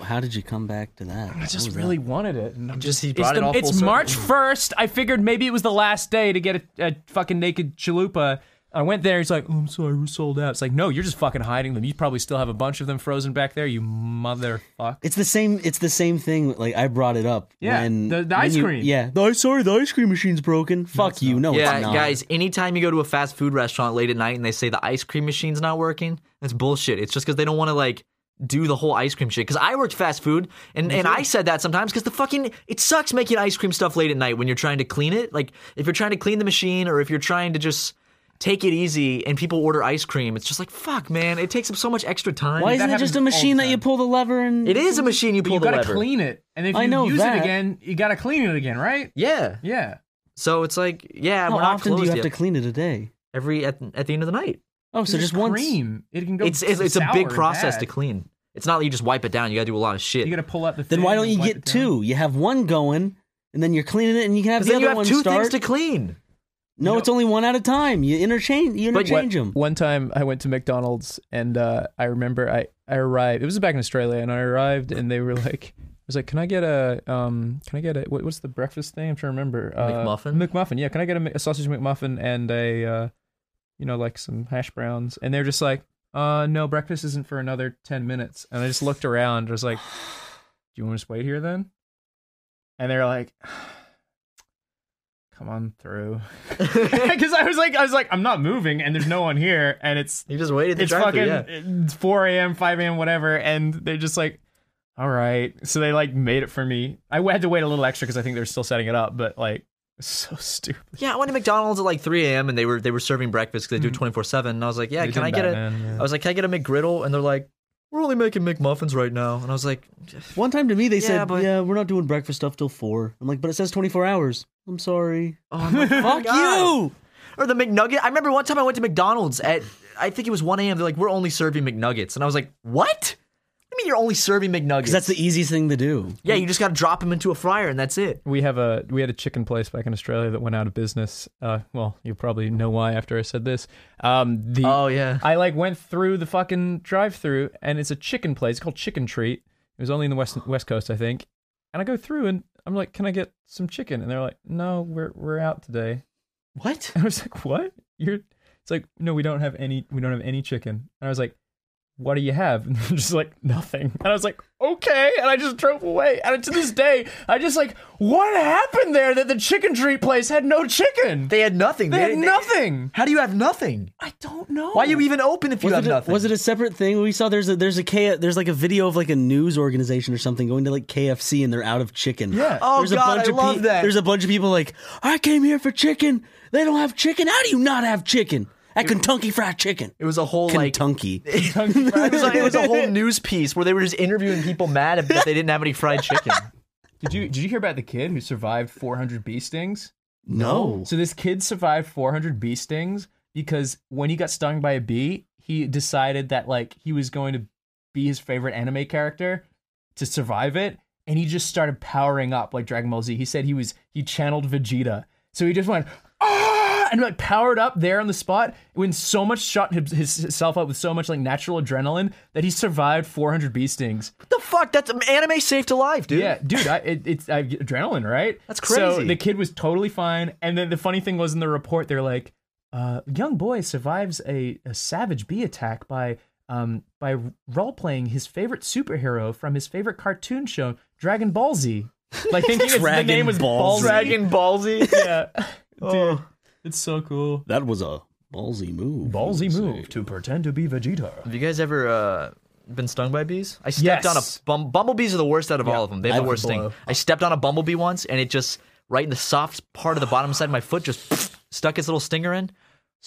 How did you come back to that?
I
What
just
was
really
that?
wanted it. And I'm just,
Just- he
it's,
brought it
the-
all
it's
full circle.
March first. I figured maybe it was the last day to get a, a fucking naked chalupa. I went there. He's like, oh, "I'm sorry, we're sold out." It's like, no, you're just fucking hiding them. You probably still have a bunch of them frozen back there. You motherfucker.
It's the same. It's the same thing. Like I brought it up.
Yeah,
when-
the- the
when
ice
you-
cream.
Yeah. The, sorry, the ice cream machine's broken. Fuck you. No,
yeah,
Oh, it's not.
guys. Anytime you go to a fast food restaurant late at night and they say the ice cream machine's not working, that's bullshit. It's just because they don't want to like do the whole ice cream shit. Because I worked fast food and, and I said that sometimes because the fucking it sucks making ice cream stuff late at night when you're trying to clean it. Like if you're trying to clean the machine or if you're trying to just take it easy and people order ice cream, it's just like fuck, man. It takes up so much extra time.
Why
that
isn't it just a
happens all
machine
the
that you
time.
pull the lever and?
it is a machine you
But
pull
you
the
gotta
lever.
clean it, and if
I
you
know
use it
that.
again, you gotta clean it again, right?
Yeah.
Yeah.
So it's like yeah,
How
we're not
often do you
closed
have
yet.
to clean it a day?
Every at, at the end of the night.
Oh, so
It's
just once.
cream. It can go.
It's it's, it's a
sour
big
and
process
bad.
to clean. It's not that you just wipe it down. You got to do a lot of shit.
You gotta pull out the.
Then
thing
why don't
and
you
wipe
get
it down.
two? You have one going, and then you're cleaning it, and you can have
'Cause
the
then
other
you have
one
two
start.
things to clean.
no, it's only one at a time. You interchange. You
But what-
interchange them.
One time I went to McDonald's and uh, I remember I, I arrived. It was back in Australia and I arrived and they were like, I was like, can I get a um, can I get a what, what's the breakfast thing? I'm trying to remember. Uh,
McMuffin?
McMuffin. Yeah, can I get a, Mc- a sausage McMuffin and a, uh, you know, like some hash browns? And they're just like, uh, no, breakfast isn't for another ten minutes. And I just looked around. and I was like, do you want to just wait here then? And they're like. Come on through, because I was like, I was like, I'm not moving, and there's no one here, and it's
You just waited.
it's fucking it's 4 a.m 5 a.m whatever and they're just like all right so they like made it for me i had to wait a little extra because i think they're still setting it up but like so stupid
Yeah, I went to McDonald's at like 3 a.m. and they were they were serving breakfast because they do 24 seven. And I was like, yeah,
They
can
did
I get a? I
Batman, yeah.
was like, can I get a McGriddle? And they're like, we're only making McMuffins right now. And I was like,
One time to me, they said,
but-
"Yeah, we're not doing breakfast stuff till 4. I'm like, "But it says 24 hours." I'm sorry.
oh my
Fuck
God.
you.
Or the McNugget. I remember one time I went to McDonald's at I think it was 1 a.m. They're like, we're only serving McNuggets, and I was like, what? I mean, you're only serving McNuggets.
Because that's the easiest thing to do.
yeah, you just got to drop them into a fryer and that's it.
we have a we had a chicken place back in australia that went out of business uh well you probably know why after i said this um the
Oh yeah.
I like went through the fucking drive-through, and it's a chicken place. It's called Chicken Treat. It was only in the west West Coast, I think. And I go through, and I'm like, "Can I get some chicken?" And they're like, "No, we're we're out today."
What?
And I was like, "What? You're?" It's like, "No, we don't have any. We don't have any chicken." And I was like, "What do you have?" And they're just like, "Nothing." And I was like, "Okay." And I just drove away. And to this day, I just like, what happened there that the Chicken Treat place had no chicken? They,
They had nothing.
had nothing.
How do you have nothing?
I don't know.
Why are you even open if you
Was
have
it, a,
nothing?
was it a separate thing? We saw there's a there's a K, there's like a video of like a news organization or something going to like KFC and they're out of chicken.
Yeah.
Oh,
there's
God,
a bunch
I
of
love
pe-
that.
There's a bunch of people like I came here for chicken. They don't have chicken. How do you not have chicken at Kentucky Fried Chicken?
It was a whole like
Kentucky.
it was, like, it was a whole news piece where they were just interviewing people mad that they didn't have any fried chicken.
Did you did you hear about the kid who survived 400 bee stings?
No.
So this kid survived 400 bee stings because when he got stung by a bee, he decided that like he was going to be his favorite anime character to survive it, and he just started powering up like Dragon Ball Z. He said he was he channeled Vegeta, so he just went ah and like powered up there on the spot when so much shot his, his- himself up with so much like natural adrenaline that he survived 400 bee stings.
What the fuck? That's anime saved alive, dude.
Yeah, dude, I, it, it's I, adrenaline, right?
That's
So
crazy.
the kid was totally fine, and then the funny thing was in the report, they're like, uh, "Young boy survives a, a savage bee attack by um by role playing his favorite superhero from his favorite cartoon show, Dragon Ball Z." Like thinking it's, the
Dragon
name was
Ball
Ball Z.
Z.
Dragon Ball Z.
Yeah, dude, it's so cool.
That was a ballsy move.
Ballsy
you would
move to pretend to be Vegeta.
Have you guys ever uh, been stung by bees? I stepped on a
Yes.
bum- bumblebees are the worst out of all of them. They have the worst
blow.
thing. I stepped on a bumblebee once, and it just right in the soft part of the bottom side of my foot just stuck its little stinger in.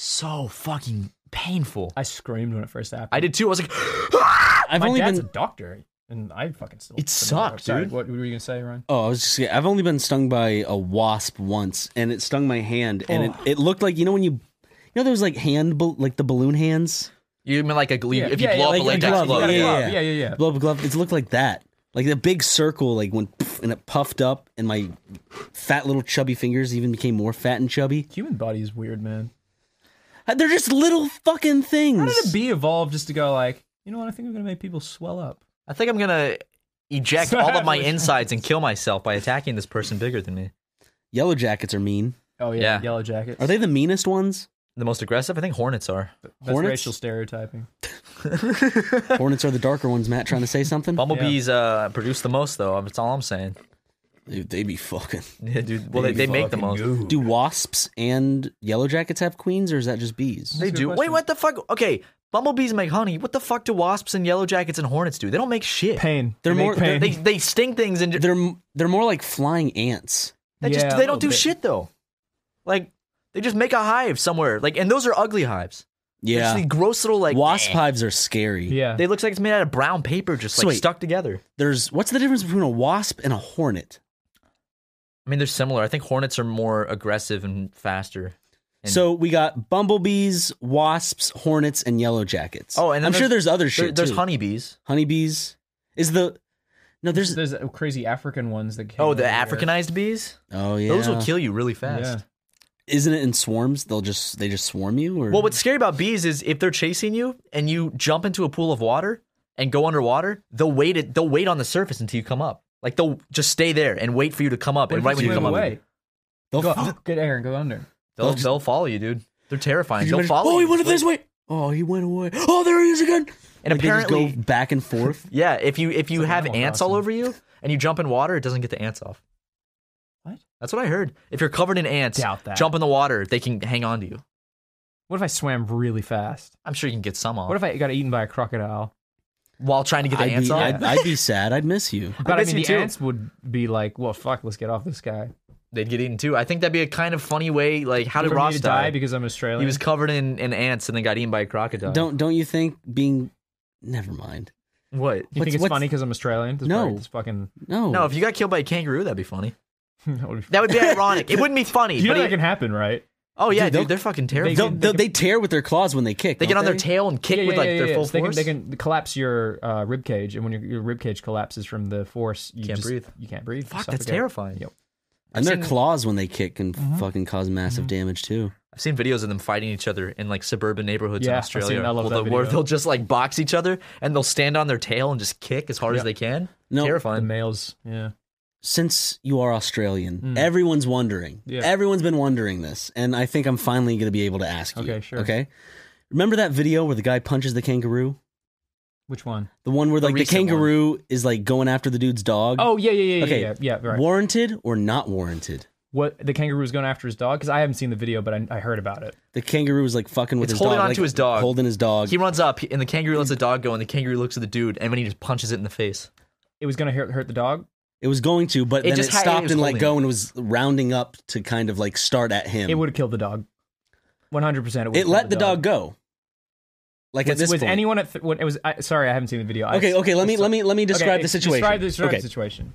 So fucking painful. I,
I screamed when it first happened.
did too. I was like,
I've
My
only
dad's
been.
a doctor, and I fucking still.
It sucked,
Sorry,
dude.
What were you gonna say, Ryan?
Oh, I was just. I've only been stung by a wasp once, and it stung my hand, and
Oh.
it, it looked like you know when you, you know those like hand bal- like the balloon hands,
you mean like a glee? If you blow up
like
a
you
latex
got
glove,
glove,
yeah,
Oh, yeah.
yeah.
yeah, yeah, yeah.
blow up a glove. It looked like that, like a big circle, like when and it puffed up, and my fat little chubby fingers even became more fat and chubby. Uh,
Human body is weird, man.
They're just little fucking things.
How did a bee evolve just to go like, you know what? I think I'm gonna make people swell up.
I think I'm gonna eject all of my
Savage.
insides and kill myself by attacking this person bigger than me.
Yellow jackets are mean.
Oh yeah,
Yeah.
yellow jackets.
Are they the meanest ones?
The most aggressive, I think hornets are.
That's
hornets?
racial stereotyping.
Hornets are the darker ones. Matt trying to say something?
Bumblebees uh, produce the most, though. That's all I'm saying.
Dude, they be fucking.
Yeah, dude. Well, they, they make the most.
Do wasps and yellow jackets have queens, or is that just bees?
They
That's a good
do. Wait,
question.
what the fuck? Okay, bumblebees make honey. What the fuck do wasps and yellow jackets and hornets do? They don't make shit.
Pain.
They're
They make
more-
pain.
They they sting things and ju-
They're m- they're more like flying ants.
they
Yeah,
just
a
they don't do
little bit.
shit though. Like they just make a hive somewhere. Like and those are ugly hives. They're
Yeah,
Just the gross little like
wasp
eh.
hives are scary.
yeah.
They looks like it's made out of brown paper, just
So
like
wait.
stuck together.
There's what's the difference between a wasp and a hornet?
I mean, they're similar. I think hornets are more aggressive and faster. And-
so we got bumblebees, wasps, hornets, and yellow jackets.
Oh, and
I'm
then
sure there's other
There-
shit.
there's
too.
honeybees.
honeybees. Is the no? There's
there's crazy African ones that. Came
Oh, the
over here.
Africanized bees.
oh yeah.
Those will kill you really fast.
Yeah.
Isn't it in swarms? They'll just they just swarm you. Or
Well, what's scary about bees is if they're chasing you and you jump into a pool of water and go underwater, they'll wait. It, they'll wait on the surface until you come up. Like they'll just stay there and wait for you to come up.
What
and
if
right when you
swim
come up, Oh,
away,
they'll
go,
f-
get air and go under.
they'll
They'll just-
they'll follow you, dude. They're
could
terrifying.
you
They'll
imagine-
follow
oh,
you.
he went
Just
this way. Oh, he went away. Oh, there he is again.
And
Like, they just go
apparently-
back and forth.
Yeah, if you if you
like
have
Animal
ants all
Crossing.
over you and you jump in water, it doesn't get the ants off.
What?
That's what I heard. If you're covered in ants,
Doubt that.
jump in the water, they can hang on to you.
What if I swam really fast?
I'm sure you can get some off.
What if I got eaten by a crocodile?
while trying to get the
I'd
ants
be,
off?
I'd, I'd be sad. I'd miss you.
But I,
guess
mean,
you
the
do.
ants would be like, "Well, fuck, let's get off this guy."
They'd get eaten too. I think that'd be a kind of funny way. Like, how did
For me
Ross
to
die?
die because I'm Australian?
He was covered in, in ants and then got eaten by a crocodile.
Don't don't you think being never mind.
what?
You
What's-
think it's
what's-
funny because I'm Australian? This
No.
fucking- This fucking.
No.
No, if you got killed by a kangaroo, that'd be funny.
that would be-
That would be ironic. It wouldn't be funny.
you know
but
that
it-
can happen, right?
oh
Dude,
yeah, dude,
they'll-
they're fucking
they,
terrible.
they,
They,
can- they
they tear with their claws when they kick.
get
don't
on their
they?
tail and kick with like their full
So they
force.
Can, they can collapse your uh, rib cage, and when your, your rib cage collapses from the force, you
Can't
just-
breathe.
You can't breathe. You
Fuck, that's
suffocate.
terrifying.
Yep.
and their
I've seen-
claws when they kick can
Mm-hmm.
fucking cause massive damage too.
I've seen videos of them fighting each other in like suburban neighborhoods in
Yeah, I've seen-
Australia,
I love
where
that
they'll- where
video.
they'll just like box each other and they'll stand on their tail and just kick as hard as
Yeah.
they can.
No.
The
Terrifying.
males, yeah.
Since you are Australian, everyone's wondering.
Mm. Yeah.
Everyone's been wondering this, and I think I'm finally going to be able to ask you.
Okay, sure.
Okay. Remember that video where the guy punches the kangaroo?
Which one?
The one where
The
like the,
recent one.
kangaroo is like going after the dude's dog.
Oh yeah, yeah, yeah,
Okay.
yeah, yeah, yeah. Right. What?
Warranted or not warranted?
the kangaroo was going after his dog? Because I haven't seen the video, but I, I heard about it.
The kangaroo was like fucking with
It's
his
holding
dog,
on
like,
to his dog.
holding his dog.
He runs up and the kangaroo lets the dog go and the kangaroo looks at the dude and then he just punches it in the face.
It was going to hurt, hurt the dog.
It was going to, but
It
then it
just ha- it
stopped
was
and let
holding
go
it.
and was rounding up to kind of like start at him.
It would have killed the dog. One hundred percent.
It let the dog go. Like at
Was,
this
was
point.
anyone at th- when it was? I, sorry, I haven't seen the video. I-
okay, okay. Let me let me let me describe
Okay,
the situation.
Describe, the- describe
okay.
the situation.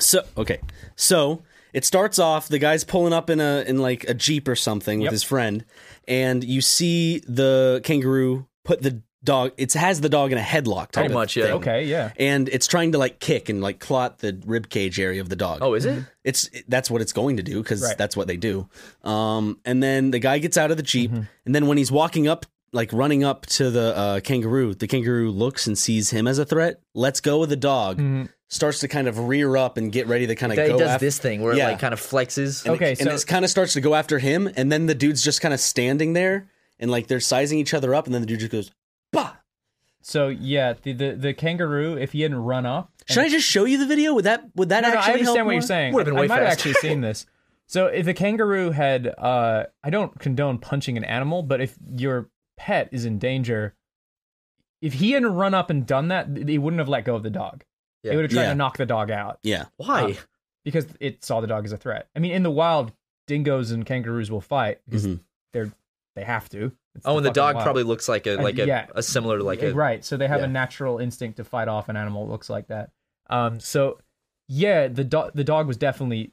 So okay, so it starts off the guy's pulling up in a in like a jeep or something with
Yep.
his friend, and you see the kangaroo put the dog. It has the dog in a headlock. Type
Pretty
of
much, yeah.
thing.
Okay, yeah.
And it's trying to like kick and like claw at the rib cage area of the dog.
Oh, is it?
it's that's what it's going to do because
Right.
that's what they do. Um, and then the guy gets out of the jeep,
Mm-hmm.
and then when he's walking up, like running up to the uh, kangaroo, the kangaroo looks and sees him as a threat. Let's go with the dog.
Mm-hmm.
Starts to kind of rear up and get ready to kind of
That-
go.
it does
after,
this thing where
Yeah.
it like kind of flexes.
and
Okay,
it,
so-
and it kind of starts to go after him, and then the dude's just kind of standing there, and like they're sizing each other up, and then the dude just goes, "Bah."
So yeah, the the, the kangaroo, if he hadn't run up, and-
Should I just show you the video? Would that would that
No, no,
actually
I
help
understand what
more?
you're saying.
Would've been
I- I
way
might have
faster.
actually seen this. So if the kangaroo had, uh, I don't condone punching an animal, but if your pet is in danger, if he hadn't run up and done that, th- he wouldn't have let go of the dog.
Yeah.
They would have tried
Yeah.
to knock the dog out
Yeah,
Why?
because it saw the dog as a threat. I mean, in the wild, dingoes and kangaroos will fight because
Mhm.
they're they have to. It's
Mm-hmm. oh, and the
fucking
dog
wild.
probably looks like a
Uh,
like a,
yeah.
a similar like a
Eh, right. So they have
yeah.
a natural instinct to fight off an animal that looks like that. Um, so yeah, the dog the dog was definitely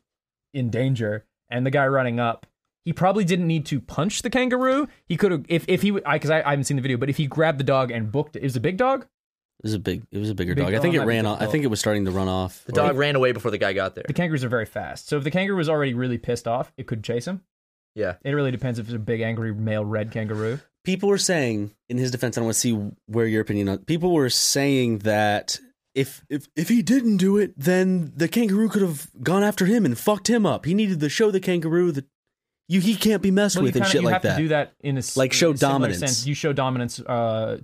in danger, and the guy running up, he probably didn't need to punch the kangaroo. He could have if if he because I, I haven't seen the video, but if he grabbed the dog and booked it, it was a big dog.
it was a big, it was a bigger
Big
dog. I think it
dog, I
ran
think
off. I
so.
think it was starting to run off.
The
or-
dog ran away before the guy got there.
The kangaroos are very fast, so if the kangaroo is already really pissed off, it could chase him.
Yeah.
It really depends if it's a big angry male red kangaroo.
people were saying in his defense. I want to see where your opinion on. People were saying that if if if he didn't do it, then the kangaroo could have gone after him and fucked him up. He needed to show the kangaroo that you he can't be messed
Well, you
with and
kinda-
shit
you
like
have
that.
to do that in a s-
Like, show
in a similar
dominance.
Sense. You show dominance uh,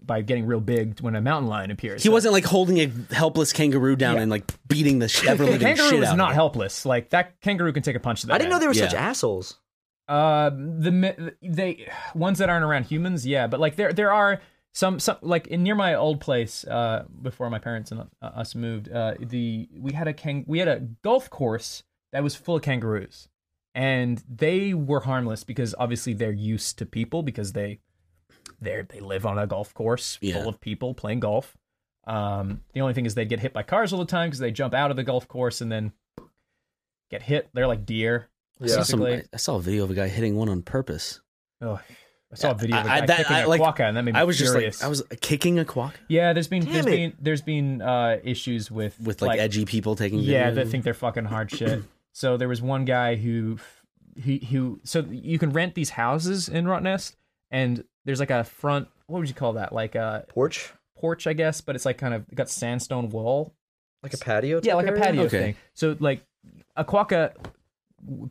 by getting real big when a mountain lion appears.
He
So-
wasn't like holding a helpless kangaroo down
Yeah.
and like beating the sh- ever
the
living
kangaroo
shit
is
out.
not
of
helpless. Like that kangaroo can take a punch. To that
I didn't know
guy.
they were such
Yeah.
assholes.
Uh, the mi- they ones that aren't around humans. Yeah, but like there there are some some like in near my old place uh, before my parents and uh, us moved. Uh, the we had a kang- we had a golf course that was full of kangaroos, and they were harmless because obviously they're used to people because they they they live on a golf course
Yeah.
full of people playing golf. Um, the only thing is they get hit by cars all the time because they jump out of the golf course and then get hit. They're like deer.
I saw, some-
basically.
I saw a video of a guy hitting one on purpose.
Oh, I saw a video of a
I- I-
guy
that-
kicking
I,
a
like-
quokka, and that made me
I was just
furious.
like, I was kicking a quack
yeah, there's been there's
Damn it.
been there's been uh, issues with
with like, edgy people taking.
yeah
videos.
that think they're fucking hard shit. So there was one guy who he who so you can rent these houses in Rottnest, and there's like a front what would you call that like a
Porch,
porch I guess, but it's like kind of got sandstone wall
like a patio.
yeah, like a
type
patio
area?
Okay.
thing. So like Aquaka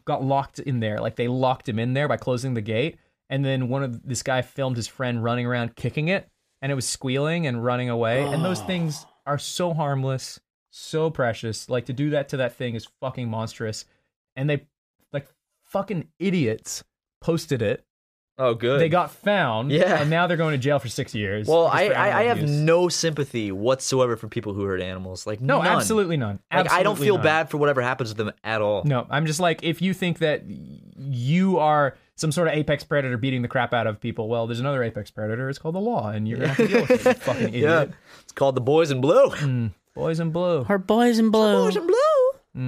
got locked in there. Like they locked him in there by closing the gate, and then one of this guy filmed his friend running around kicking it, and it was squealing and running away. And those things are so harmless, so precious. Like to do that to that thing is fucking monstrous. And they like fucking idiots posted it.
Oh, good.
They got found.
Yeah.
And now they're going to jail for six years.
Well,
just
I,
for
I, I
animal
have
abuse.
no sympathy whatsoever for people who hurt animals. Like
No,
none.
absolutely none.
Like I don't
Absolutely
feel
none.
bad for whatever happens to them at all.
No, I'm just like if you think that you are some sort of apex predator beating the crap out of people, well, there's another apex predator. It's called the law, and you're gonna have to deal with it. you fucking idiot. Mm.
Yeah, it's called the boys in blue.
Boys in blue. Mm.
Our boys in blue.
Boys in blue.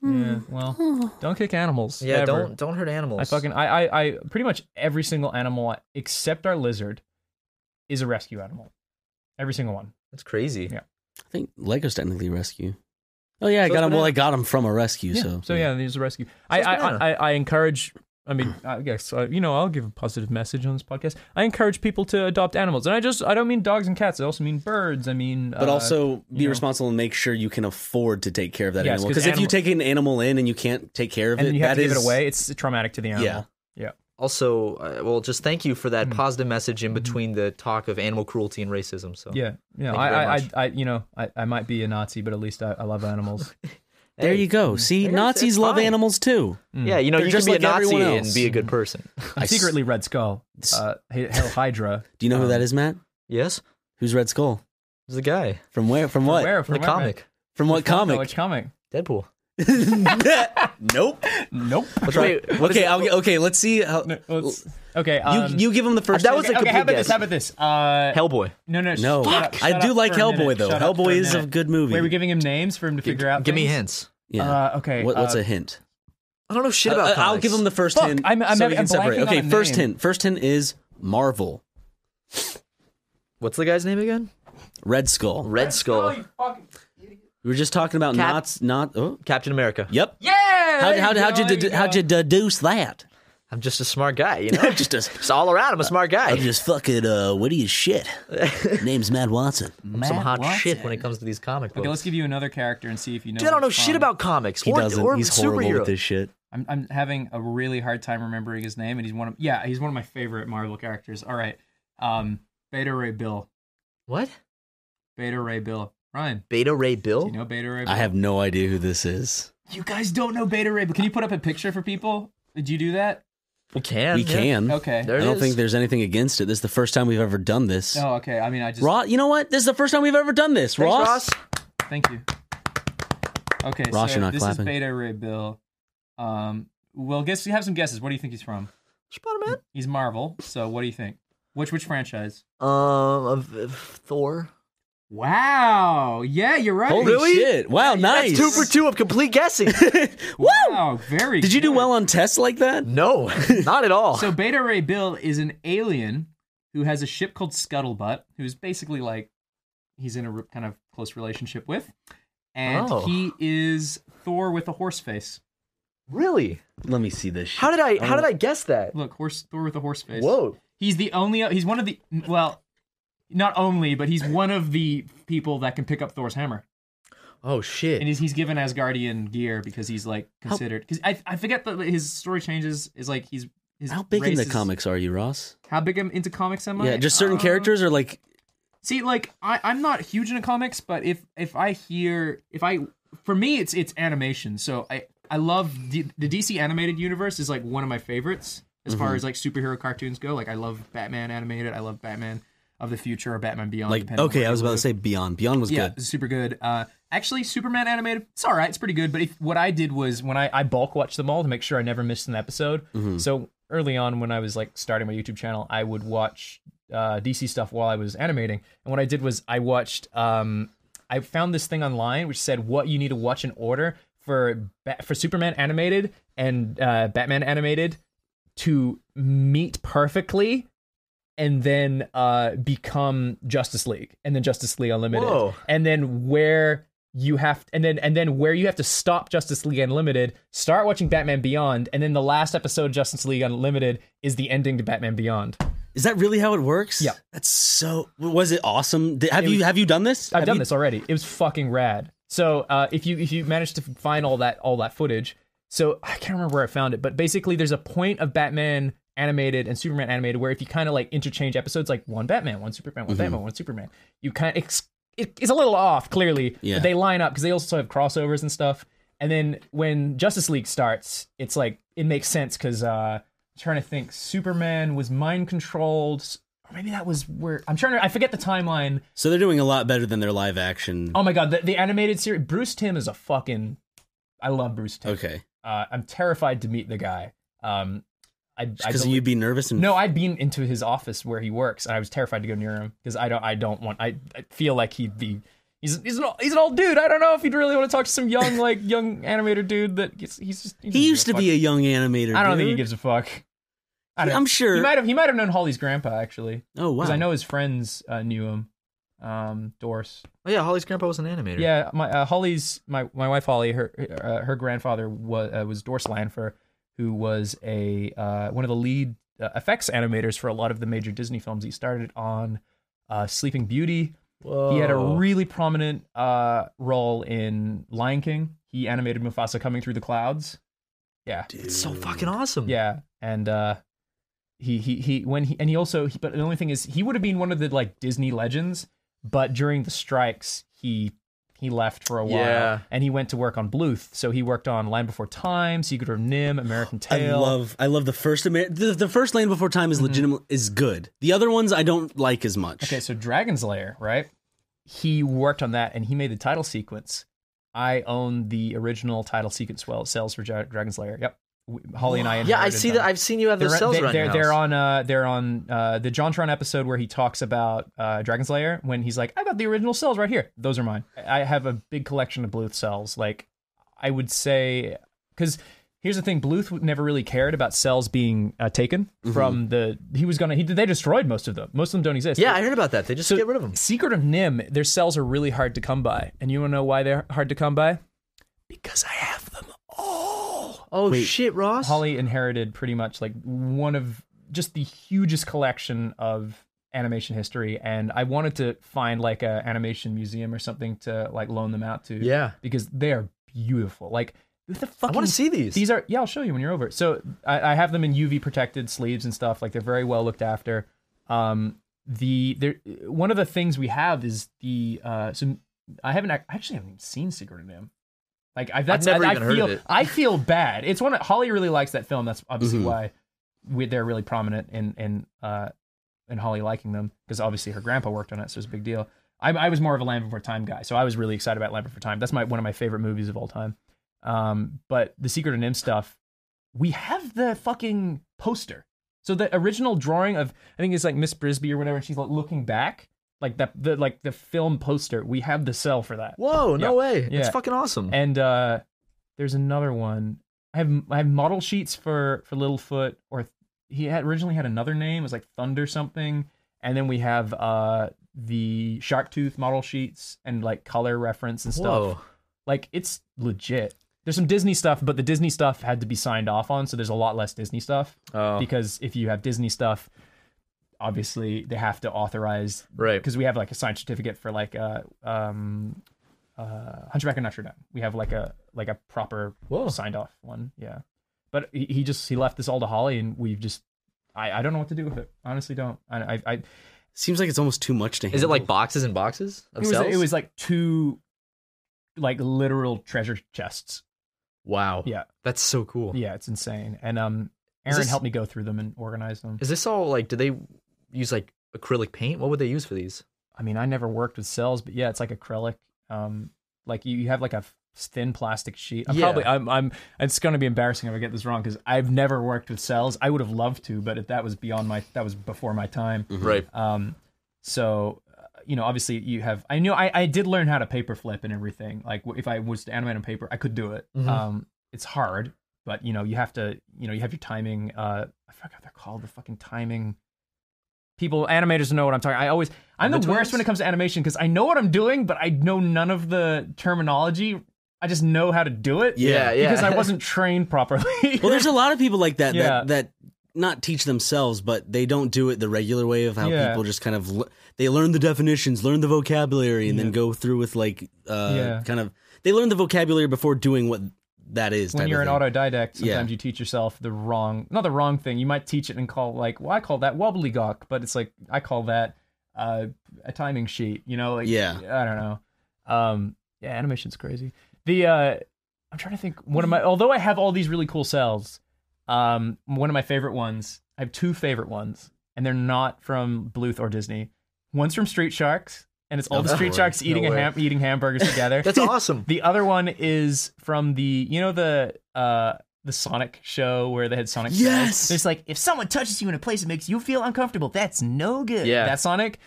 Yeah. Well, don't kick animals.
Yeah,
ever.
don't don't hurt animals.
I fucking I, I I pretty much every single animal except our lizard is a rescue animal. Every single one.
That's crazy.
Yeah.
I think Lego's technically rescue. Oh yeah, I
So
got
it's
him. Well,
banana.
I got him from a rescue. So
So yeah, there's a rescue. I,
it's
I,
banana.
I I encourage. I mean, I guess uh, you know I'll give a positive message on this podcast. I encourage people to adopt animals, and I just I don't mean dogs and cats. I also mean birds. I mean,
But
uh,
also be
know.
responsible and make sure you can afford to take care of that
Yes,
animal.
'cause
Because if you
animal-
take an animal in and you can't take care of
and
it,
you have
that
to give it
is-
away. It's traumatic to the animal.
Yeah.
Also, uh, well, just thank you for
Hmm.
that positive message in between the talk of animal cruelty and racism. So
yeah, yeah.
Oh, Thank you
I,
very
I, I,
much.
I, you know, I, I might be a Nazi, but at least I, I love animals.
There
Hey.
you go. See,
it's-
Nazis
it's
love
fine.
animals too.
Hmm.
Yeah, you know,
They're
you
just
can be
like
a Nazi
everyone
and
else.
be a good person.
I'm
s-
secretly Red Skull, uh, H- Hell Hydra.
Do you know
Um,
who that is, Matt?
yes,
Who's Red Skull?
there's a guy
From where? From what?
Where
from
from where,
the
man?
comic
From what
From
comic?
Which comic?
Deadpool.
nope.
Nope.
Wait, what is
Okay,
it?
I'll, okay. Let's see. How,
No, let's- okay. Um,
you you give him the first.
that was
okay,
a
okay, how
complete
about
guess.
this? How about this? Uh,
Hellboy.
No, no,
No.
shut up,
Fuck.
shut
I do
up
like
for a
Hellboy,
minute,
though.
shut up
Hellboy
for
is a
minute.
good movie.
Wait, we're giving him names for him to figure out.
Give me
things?
hints.
yeah.
Uh, okay.
What- what's
uh,
a hint?
I don't know shit
Uh,
about.
I'll
comics.
give him the first
Fuck,
hint.
I'm- I'm
so
having-
we can
I'm
separate.
blanking on
Okay,
a
first
name.
hint. First hint is Marvel.
What's the guy's name again?
Red Skull.
Red
oh,
Skull.
We were just talking about
Cap-
knots. Not. Oh,
Captain America.
yep.
Yeah.
How
there
how
you
how'd
go,
you
there
dedu-
go.
how'd you deduce that?
I'm just a smart guy, you know.
Just a
just all around, I'm a smart guy.
I'm just fucking uh, witty as shit. Name's Matt Watson.
I'm some
Matt
hot shit
Watson.
when it comes to these comic books.
Okay, let's give you another character and see if you know.
Dude, I don't know
which
shit
one.
about comics.
He
or,
doesn't.
Or
He's horrible
superhero.
with this shit.
I'm, I'm having a really hard time remembering his name, and he's one of yeah, he's one of my favorite Marvel characters. All right, um, Beta Ray Bill,
What?
Beta Ray Bill, Ryan.
Beta Ray Bill.
Do you know Beta Ray? Bill?
I have no idea who this is.
You guys don't know Beta Ray, but can you put up a picture for people? Did you do that?
we can.
we
yeah.
can.
Okay.
There
I
it
don't
is.
think there's anything against it. This is the first time we've ever done this.
Oh, okay. I mean, I just
Ross, you know what? This is the first time we've ever done this.
Thanks,
Ross?
Ross.
Thank you. Okay,
Ross,
so
you're not
this
clapping.
is Beta Ray Bill. Um, well, guess you have some guesses. What do you think he's from?
Spider-Man.
He's Marvel. So, what do you think? Which which franchise?
Um, of, of Thor.
Wow. Yeah, you're right.
Holy
Really?
shit! Wow, nice.
That's two for two of complete guessing.
Wow. Very.
Did you do
good.
well on tests like that?
no, not at all.
So Beta Ray Bill is an alien who has a ship called Scuttlebutt, who's basically like he's in a re- kind of close relationship with, and
Oh.
he is Thor with a horse face.
really?
Let me see this. Shit.
How did I? How did
Oh.
I guess that?
Look, horse Thor with a horse face.
Whoa.
He's the only. uh, He's one of the. Well, not only, but he's one of the people that can pick up Thor's hammer,
Oh shit.
and he's, he's given Asgardian gear because he's like considered. Because I I forget that his story changes is like he's. His
How big in
race
the
is-
comics are you, Ross?
How big am into comics am I?
Yeah, just
Um,
certain
Uh,
characters or like
See, like I, I'm not huge into comics, but if if I hear if I for me it's it's animation. So I I love D, the DC animated universe is like one of my favorites as
Mm-hmm.
far as like superhero cartoons go. Like I love Batman animated. I love Batman of the future or Batman Beyond.
like
depending on
okay.
where
I was
you
about to
live.
say Beyond. Beyond was
yeah,
good.
super good. Uh, actually, Superman animated it's all right. It's pretty good. But if, what I did was when I I bulk watched them all to make sure I never missed an episode.
Mm-hmm.
So early on when I was like starting my YouTube channel, I would watch uh, DC stuff while I was animating. And what I did was I watched. Um, I found this thing online which said what you need to watch in order for Ba- for Superman animated and uh, Batman animated to meet perfectly. And then uh, become Justice League, and then Justice League Unlimited,
Whoa.
and then where you have and then and then where you have to stop Justice League Unlimited, start watching Batman Beyond, and then the last episode of Justice League Unlimited is the ending to Batman Beyond.
Is that really how it works?
Yeah.
That's so. Was it awesome? Did, have
It
you
was-
have you done this?
I've
Have
done
you-
this already. It was fucking rad. So uh, if you if you manage to find all that all that footage, so I can't remember where I found it, but basically there's a point of Batman animated and Superman animated where if you kind of like interchange episodes, like one Batman, one Superman,
Mm-hmm.
one Batman, one Superman, you kind of it's, it's a little off clearly. but
Yeah.
they line up because they also have crossovers and stuff. And then when Justice League starts, it's like it makes sense because uh, I'm trying to think. Superman was mind controlled, or maybe that was where I'm trying to. I forget the timeline.
So they're doing a lot better than their live action.
Oh my god, the, the animated series. Bruce Tim is a fucking. I love Bruce Tim.
okay,
Uh, I'm terrified to meet the guy. Um, I
because
you
you'd be nervous and
no, I'd been into his office where he works, and I was terrified to go near him because I don't. I don't want. I, I feel like he'd be. He's he's an old, he's an old dude. I don't know if he'd really want to talk to some young like young animator dude that gets, he's just.
he used to be a young animator.
I
dude.
don't think he gives a fuck. I don't.
I'm
know.
sure.
He might have. He might have known Holly's grandpa actually,
oh wow.
because I know his friends uh, knew him. Um, Doris.
oh yeah, Holly's grandpa was an animator.
Yeah, my uh, Holly's my my wife Holly. Her uh, her grandfather was uh, was Doris Lanfer, who was a uh, one of the lead uh, effects animators for a lot of the major Disney films. He started on uh, Sleeping Beauty.
Whoa.
He had a really prominent uh, role in Lion King. He animated Mufasa coming through the clouds. Yeah,
It's so fucking awesome.
yeah, and uh, he he he when he and he also he, but the only thing is he would have been one of the like Disney legends, but during the strikes he he left for a while
Yeah.
and he went to work on Bluth. So he worked on Land Before Time, Secret of Nim, American
I
Tail.
love I love the first Amer- the, the first Land Before Time is
Mm-hmm.
legitimate is good. The other ones I don't like as much.
Okay, so Dragon's Lair, right? He worked on that and he made the title sequence. I own the original title sequence well cells for Dra- Dragon's Lair. Yep. We- Holly and I.
Yeah, I
inherited
see
them.
that. I've seen you have those
they're,
cells
they're,
around your
they're, they're
house.
on uh they're on uh the Jontron episode where he talks about uh Dragon's Lair when he's like, I got the original cells right here. Those are mine. I I have a big collection of Bluth cells. Like I would say because here's the thing, Bluth w- never really cared about cells being uh, taken
Mm-hmm.
from the he was gonna he they destroyed most of them. Most of them don't exist.
Yeah, I heard about that. They just
So-
get rid of them.
Secret of Nim, their cells are really hard to come by. And you wanna know why they're hard to come by? Because I have them all.
Oh shit, Ross.
Holly inherited pretty much like one of just the hugest collection of animation history, and I wanted to find like a animation museum or something to like loan them out to.
Yeah.
because they are beautiful. Like the
I
fucking.
want to see these.
These are yeah. I'll show you when you're over. So I, I have them in UV protected sleeves and stuff. Like they're very well looked after. Um, the there one of the things we have is the uh. So I haven't ac- I actually haven't even seen Secret of Nim. Like I've, that's,
never
I, I
even heard
feel,
of it.
I feel bad. It's one of, Holly really likes that film. That's obviously
Mm-hmm.
why we, they're really prominent in in uh in Holly liking them because obviously her grandpa worked on it, so it's a big deal. I, I was more of a Land Before Time guy, so I was really excited about Land Before Time. That's my one of my favorite movies of all time. Um, but the Secret of Nim stuff, we have the fucking poster. So the original drawing of I think it's like Miss Brisby or whatever, and she's like looking back, like that the like the film poster. We have the cell for that.
Whoa, no
Yeah.
way. It's
Yeah.
fucking awesome.
And uh, there's another one. I have I have model sheets for for Littlefoot, or he had originally had another name. It was like Thunder something. And then we have uh the shark tooth model sheets and like color reference and stuff.
Whoa.
Like it's legit. There's some Disney stuff, but the Disney stuff had to be signed off on, so there's a lot less Disney stuff
Oh,
because if you have Disney stuff, obviously they have to authorize
right.
because we have like a signed certificate for like a um uh hunchback of notre dame we have like a like a proper
Whoa.
signed off one yeah but he, he just he left this all to holly and we've just i i don't know what to do with it honestly don't i i, I
Seems like it's almost too much to handle.
Is it like boxes and boxes
it
of
was
cells?
it was like two like literal treasure chests
wow.
Yeah.
That's so cool.
yeah it's insane and um
Is
aaron
this-
helped me go through them and organize them
Is this all like? Did they use like acrylic paint? What would they use for these?
I mean, I never worked with cells, but yeah, it's like acrylic. Um, like you, you have like a f- thin plastic sheet. I'm
Yeah.
probably, I'm, I'm, it's going to be embarrassing if I get this wrong because I've never worked with cells. I would have loved to, but if that was beyond my, that was before my time.
Right.
Um, so, uh, you know, obviously you have, I knew I, I did learn how to paper flip and everything. Like w- if I was to animate on paper, I could do it.
Mhm.
Mm-hmm.
Um, it's hard, but you know, you have to, you know, you have your timing. Uh, I forgot what they're called the fucking timing. People, animators know what I'm talking. I always, I'm the,
The
worst
tools?
when it comes to animation because I know what I'm doing, but I know none of the terminology. I just know how to do it.
Yeah, yeah.
Because I wasn't trained properly.
Well, there's a lot of people like that
Yeah.
that that not teach themselves, but they don't do it the regular way of how
Yeah.
people just kind of l- they learn the definitions, learn the vocabulary, and
Yeah.
then go through with like uh,
Yeah.
kind of they learn the vocabulary before doing what that is.
when
type
you're
of thing.
an autodidact,
Yeah.
sometimes you teach yourself the wrong, not the wrong thing. You might teach it and call like, well, I call that wobbly gawk, but it's like I call that uh, a timing sheet. You know, like
Yeah.
I don't know. Um, yeah, animation's crazy. The uh, I'm trying to think. One of my, although I have all these really cool cells, um, one of my favorite ones. I have two favorite ones, and they're not from Bluth or Disney. One's from Street Sharks, and it's all
Oh,
the
no
Street
way.
Sharks
No
eating a
way.
ham, eating hamburgers together.
That's awesome.
The other one is from the you know the uh the Sonic show where they had Sonic. cells?
Yes!
It's like if someone touches you in a place that makes you feel uncomfortable, that's no good.
Yeah.
That Sonic.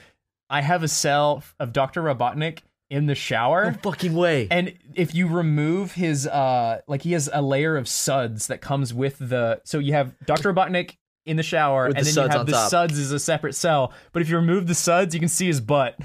I have a cell of Dr. Robotnik in the shower.
fucking way.
And if you remove his uh like he has a layer of suds that comes with the so you have Dr. Robotnik in the shower
With
and
the
then
suds
you
on
have the
top.
suds as a separate cell. But if you remove the suds, you can see his butt.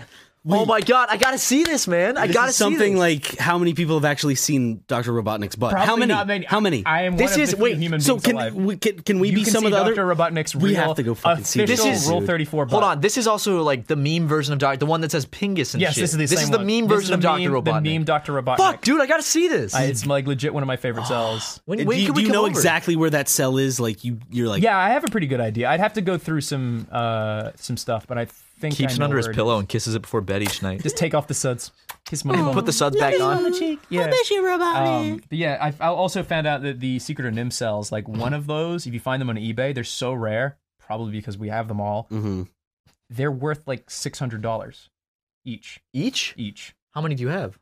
oh my god, I gotta see this, man. I
This
gotta
is
see
something
this.
like how many people have actually seen Dr. Robotnik's butt? how
Probably
many?
not many.
How many?
I am
This
one
is-
of the few
wait,
human
so
beings
can,
alive.
we, can can we
you
be
can
some
see
of the
Dr.
other?
Robotnik's real
We have to go fucking see
official
this. This is-
Rule
dude.
34 butt.
Hold on, this is also like the meme version of Doctor, the one that says Pingus and
Yes,
shit.
this is the
this
same
is the
one.
meme
This is
version of
the
Dr.
meme-
Robotnik.
The meme Dr. Robotnik.
Fuck, dude, I gotta see this.
I- it's like legit one of my favorite cells.
when
do
when
you,
can
do
we
you
come
know
over?
exactly where that cell is? Like you, you're like,
Yeah, I have a pretty good idea. I'd have to go through some uh some stuff, but I think I
Keeps it
know
under his
where it
pillow
is.
and kisses it before bed each night.
Just take off the suds. Kiss my bum.
Put the suds back on.
yeah. Um, but yeah, I've, I also found out that the secret of Nim cells, like one of those, if you find them on eBay, they're so rare, probably because we have them all.
Mm.
hmm
They're worth like six hundred dollars each.
Each?
Each.
How many do you have?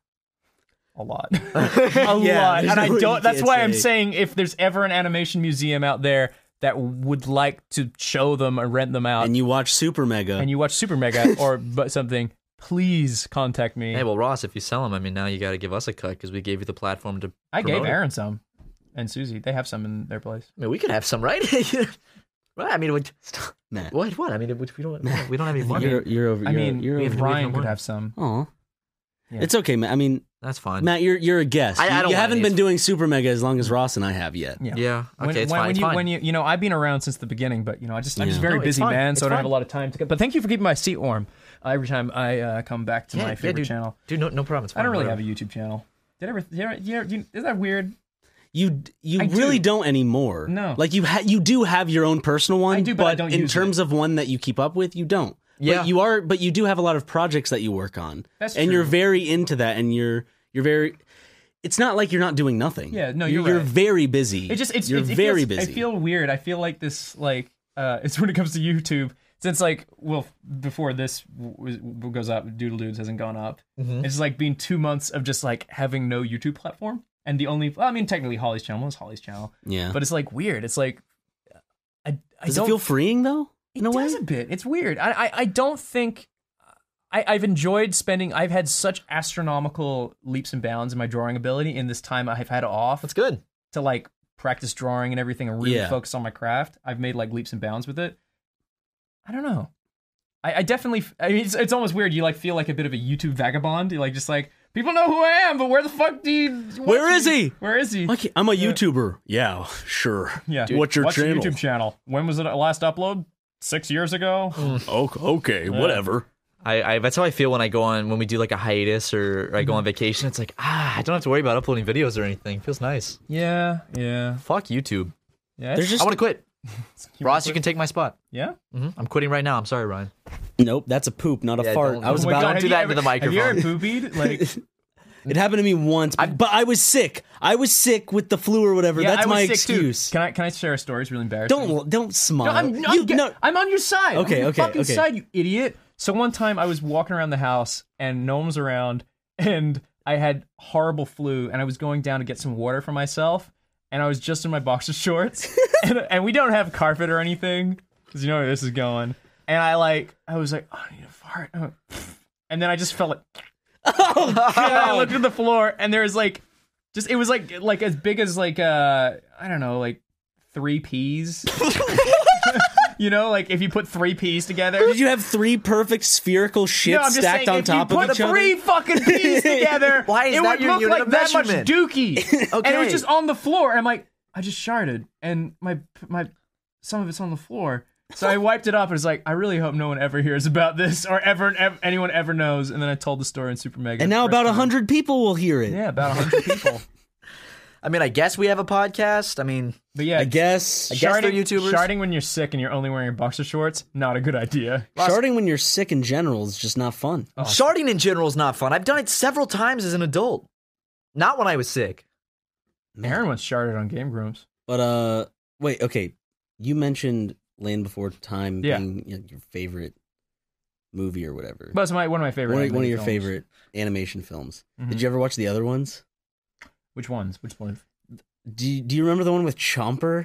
a lot, a lot, and I
You
don't. That's
can't
why I'm
say.
saying if there's ever an animation museum out there that would like to show them or rent them out, and
and
you,
you watch Super Mega.
watch Super Mega or but something, please contact me.
Hey, well, Ross, if you sell them, I mean, now you got to give us a cut because we gave you the platform to.
I gave
promote it.
Aaron some, and Susie. They have some in their place.
I mean, we could have some, right? right. I mean, what?
Matt.
What? What? I mean, we don't. We don't have any money.
You're, you're over.
I mean,
you're,
we
if
have-
over.
Ryan
one.
could have some.
Aw.
Yeah.
It's okay, Matt. I mean,
That's fine.
Matt, you're you're a guest.
I- I
You-
don't
you
want
haven't
any.
been doing Super Mega as long as Ross and I have yet.
Yeah.
yeah. Okay.
When,
it's
when,
fine.
when
it's
you
fine.
when you you know I've been around since the beginning, but you know I just I'm just
Yeah.
very
No, it's
busy
fine.
man,
It's
so I don't have a
fine.
lot of time to. Go, but thank you for keeping my seat warm uh, every time I uh, come back to
yeah,
my
yeah,
favorite
dude,
channel.
Dude, no, no problem. It's
I
fine.
don't really
whatever.
have a YouTube channel. Did I ever? Did I, ever- you ever- you- isn't that weird?
You d- you
I
really
do.
do. not anymore.
No.
like you ha- you do have your own personal one.
I do, but I don't
in
use
terms of one that you keep up with, you don't.
Yeah.
but you are. But you do have a lot of projects that you work on,
That's
and you're
true.
very into that, and you're you're very. It's not like you're not doing nothing.
Yeah, no, you're
you're
right.
very busy.
It just it's
you're
it, it
very
feels,
busy.
I feel weird. I feel like this like uh it's when it comes to YouTube since like well before this w- w- goes up Doodle Dudes hasn't gone up. It's like being two months of just like having no YouTube platform and the only well, I mean technically Holly's channel is Holly's channel,
yeah,
but it's like weird. It's like I I
does it
don't
feel freeing though? In
it
a way,
does a bit. It's weird. I, I, I don't think I, I've enjoyed spending. I've had such astronomical leaps and bounds in my drawing ability in this time I've had off
That's good.
to like practice drawing and everything and really
Yeah.
focus on my craft. I've made like leaps and bounds with it. I don't know. I, I definitely. f- I mean, it's, it's almost weird. You like feel like a bit of a YouTube vagabond. You like just like people know who I am, but where the fuck do you? what
Where
do
is
you-
he?
Where is he?
Like, I'm a YouTuber. Yeah, sure.
yeah.
What's your channel?
YouTube channel? When was it last upload? Six years ago.
Oh, okay, whatever.
I, I that's how I feel when I go on when we do like a hiatus or, or I go on vacation. It's like ah, I don't have to worry about uploading videos or anything. feels nice.
Yeah. Yeah.
Fuck YouTube.
Yeah.
There's
it's-
just
I want to quit. Ross, you can take my spot.
Yeah.
hmm I'm quitting right now. I'm sorry, Ryan.
nope. That's a poop, not a
Yeah,
fart.
don't-
I was
Oh
my
about.
God,
Don't
have
do
you
that
ever-
into the
Have you ever poopied? Like,
It happened to me once, but, but I was sick. I was sick with the flu or whatever.
yeah,
That's
I was
my
sick, too.
excuse.
Can I can I share a story? It's really embarrassing.
Don't don't smile.
No, I'm, I'm,
You-
ge-
no,
I'm on your side.
Okay,
I'm on your
okay,
fucking
okay.
side, you idiot. So one time I was walking around the house and no one was around and I had horrible flu and I was going down to get some water for myself and I was just in my boxer shorts and, and we don't have carpet or anything because you know where this is going. And I like, I was like, oh, I need a fart. I went, And then I just felt like, and I looked at the floor and there was like, just it was like like as big as like uh I don't know like three peas. you know, like if you put three peas together.
Did you have three perfect spherical shits
no, I'm just
stacked
saying,
on
if
top
you
of
put
each
three
other?
fucking peas together,
Why is
it
that
would
your
look
unit
like
of
that much
measurement?
dookie. And it was
Okay.
just on the floor. And I'm like, I just sharded, and my my some of it's on the floor. So I wiped it up. and was like, I really hope no one ever hears about this, or ever, ev anyone ever knows. And then I told the story in Super Mega.
And now about
Fresh
a hundred people will hear it.
Time. Yeah, about hundred people.
I mean, I guess we have a podcast. I mean,
But yeah,
I guess.
I guess they're YouTubers.
Sharding when you're sick and you're only wearing your boxer shorts, not a good idea.
Sharding when you're sick in general is just not fun.
Sharding in general is not fun. I've done it several times as an adult. Not when I was sick.
Aaron once sharded on Game Grumps.
But uh, wait, okay. You mentioned Land Before Time
Yeah.
being you know, your favorite movie or whatever.
But it's my one of my favorite.
one, of-
anime
one of your
films.
favorite animation films.
Mhm.
Did you ever watch the other ones?
Which ones? Which ones?
do you, do you remember the one with Chomper?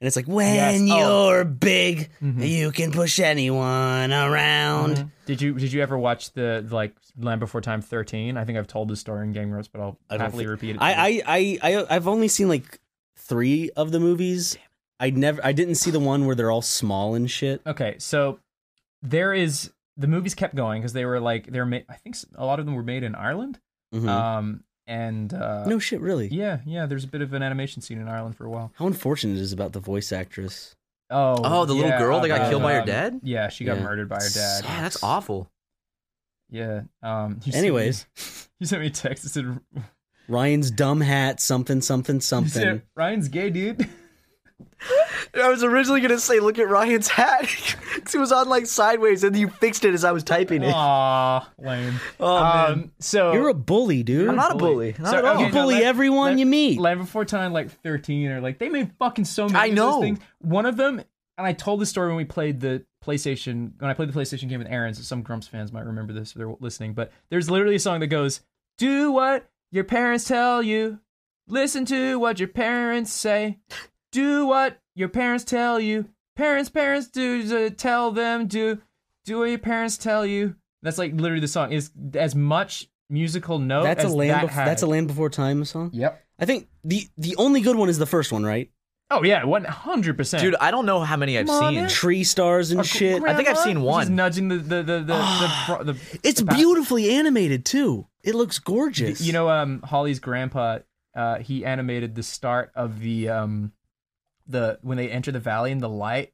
And it's like when
Yes. Oh.
you're big,
Mhm.
you can push anyone Mm-hmm. around.
Mhm. Did you Did you ever watch the like Land Before Time 13? I think I've told this story in Game Grumps, but I'll
I don't
happily
thi-
repeat it. to you.
I, I I I I've only seen like three of the movies. I never I didn't see the one where they're all small and shit.
Okay, so there is the movies kept going because they were like they were made. I think s- a lot of them were made in Ireland.
Mhm.
Um, and uh,
no shit, really.
yeah, yeah. There's a bit of an animation scene in Ireland for a while.
How unfortunate it is about the voice actress.
Oh,
Oh, the little
yeah,
girl that got
about,
killed by her
um,
dad?
Yeah, she got
Yeah.
murdered by her dad.
Yeah, that's awful.
Yeah. Um. you sent me-
Anyways,
you sent me a text that said, you
Ryan's dumb hat, something, something, something.
said "Ryan's gay, dude."
I was originally gonna say, look at Ryan's hat. 'Cause it was on like sideways, and you fixed it as I was typing it.
Aw, lame.
Oh, man.
um. So
You're a bully, dude.
I'm not a bully. Not
So,
at all.
okay,
you bully
let-
everyone
let-
you meet.
Land Before Time, like 13, or like they made fucking so many.
I
of those
know.
things. One of them, and I told this story when we played the PlayStation. When I played the PlayStation game with Aaron, so some Grumps fans might remember this if they're listening. But there's literally a song that goes, "Do what your parents tell you. Listen to what your parents say. Do what your parents tell you. Parents, parents do, do tell them do. Do what your parents tell you. That's like literally the song is as much musical note.
That's a
as
land.
that
Bef-
had.
that's a land before time song.
Yep.
I think the the only good one is the first one, right?
Oh yeah, one hundred percent,
Dude, I don't know how many I've
Come on,
seen.
man.
Tree stars and shit.
I think I've seen
He's
one.
nudging the the the the. the,
Ah,
the,
It's
the back-
beautifully animated too. It looks gorgeous.
You know, um, Holly's grandpa, uh, he animated the start of the um, the when they enter the valley and the light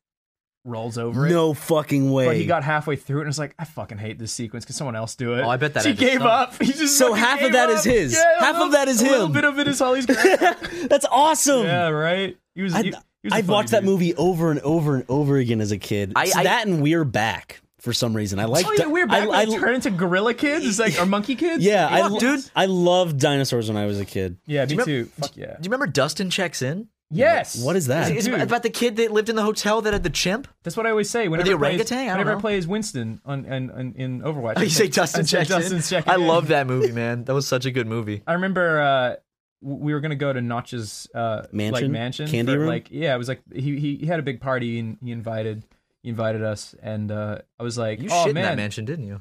rolls over it.
no fucking way.
But he got halfway through it and was like, I fucking hate this sequence. Can someone else do it?
Oh, I bet that
He
had to
gave
stop.
up. He just
So
fucking
half of
gave
that is
up.
his.
Yeah, a
Half of
little-
that is
A little
him.
bit of it is Holly's grandpa.
That's awesome.
yeah, right. He was.
I-
he- he was a
I've
funny
watched that
dude.
movie over and over and over again as a kid.
I-
It's
I-
that and We're Back for some reason. I like.
Oh yeah, we're back.
I,
when
I-
they turn into gorilla kids. It's like or monkey kids.
yeah, I,
Fuck,
dude.
dude.
I loved dinosaurs when I was a kid.
Yeah, me
Do you
too.
remember-
Fuck yeah.
Do you remember Dustin checks in?
Yes.
What is that?
Is it
Dude.
about the kid that lived in the hotel that had the chimp?
That's what I always say. Whenever
the
I play as-
orangutan? I don't
whenever I
know.
play as Winston on, on, on in Overwatch.
Oh,
I
you say
think- I
Dustin
say
checks
Dustin's
in.
checking
I
in.
love that movie, man. That was such a good movie.
I remember uh, w- we were gonna go to Notch's uh, like
Mansion?
mansion
Candy
for,
room?
Like yeah, it was like he, he he had a big party and he invited he invited us and uh, I was like,
You
oh
shit in
man,
that mansion, didn't you?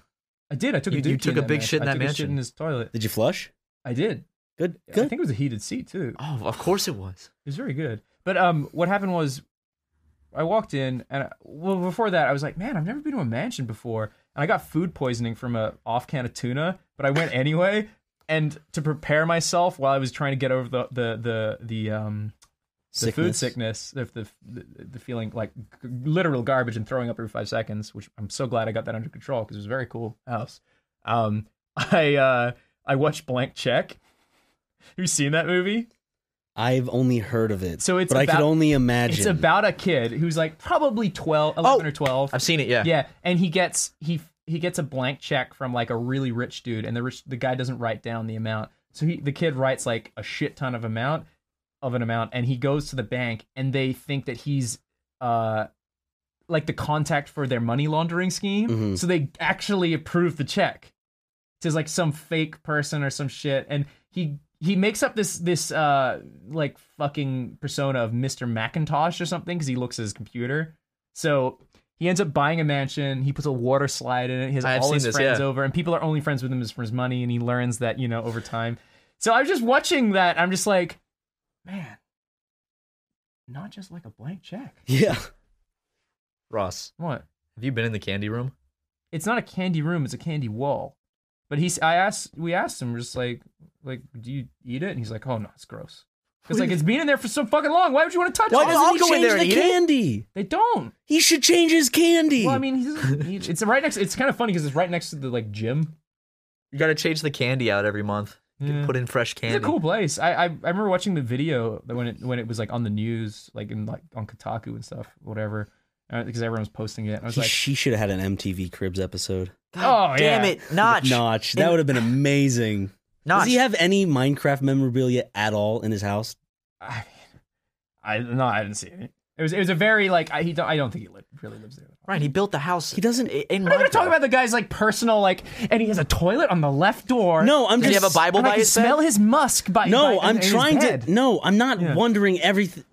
I did. I took
You-
a
you
dookie
took
in
a
that
big
mansion.
shit in
I took
that
a shit
mansion.
in his toilet.
Did you flush?
I did.
Good.
I
Good.
think it was a heated seat too.
Oh, of course it was.
It was very good. But um, what happened was, I walked in and I, well before that I was like, man, I've never been to a mansion before, and I got food poisoning from a off can of tuna, but I went anyway. And to prepare myself while I was trying to get over the the the the um the food sickness, the the, the the feeling like g- literal garbage and throwing up every five seconds, which I'm so glad I got that under control because it was a very cool house. Um, I uh I watched Blank Check. Have you seen that movie?
I've only heard of it.
So it's
but I could
about-
only imagine.
It's about a kid who's like probably 12, 11 or 12.
I've seen it, yeah.
Yeah, and he gets he he gets a blank check from like a really rich dude and the rich the guy doesn't write down the amount. So he the kid writes like a shit ton of amount of an amount and he goes to the bank and they think that he's uh like the contact for their money laundering scheme.
Mhm.
So they actually approve the check to like some fake person or some shit and he he makes up this this uh like fucking persona of Mr. Macintosh or something cuz he looks at his computer. So he ends up buying a mansion, he puts a water slide in it, he has
I've
all
seen
his
this,
friends
yeah.
over and people are only friends with him is for his money and he learns that, you know, over time. So I was just watching that, I'm just like, man, not just like a blank check.
yeah.
Ross,
What?
have you been in the candy room?
it's not a candy room, it's a candy wall. But he's I asked we asked him, we're just like like, do you eat it? And he's like, Oh no, it's gross. Because like it's been in there for so fucking long. Why would you want to touch
Why
it?
doesn't
I'll
he
go in
change
there and
the
eat it.
candy?
They don't.
He should change his candy.
Well, I mean, he doesn't eat- it's right next. It's kind of funny because it's right next to the like gym.
You gotta change the candy out every month. Get-
Yeah.
Put in fresh
It's
candy.
a cool place. I, I I remember watching the video that when it when it was like on the news, like in like on Kotaku and stuff, whatever, Uh, because everyone was posting it. I was
He-
like,
she should have had an MTV Cribs episode.
Oh
Damn
yeah.
it, Notch.
Notch. That would have been amazing.
Notch.
Does he have any Minecraft memorabilia at all in his house?
I mean, I no, I didn't see it. It was it was a very like I he don't, I don't think he li- really lives there.
Ryan, he built the house.
He doesn't-
i- In
We're not gonna
Minecraft.
talk about the guy's like personal like, and he has a toilet on the left door.
No, I'm
Does
just
he have a Bible
and I
by
can
his bed?
smell his musk by.
No,
by- in-
I'm
in his
trying
bed.
to. No, I'm not
Yeah.
wondering everything.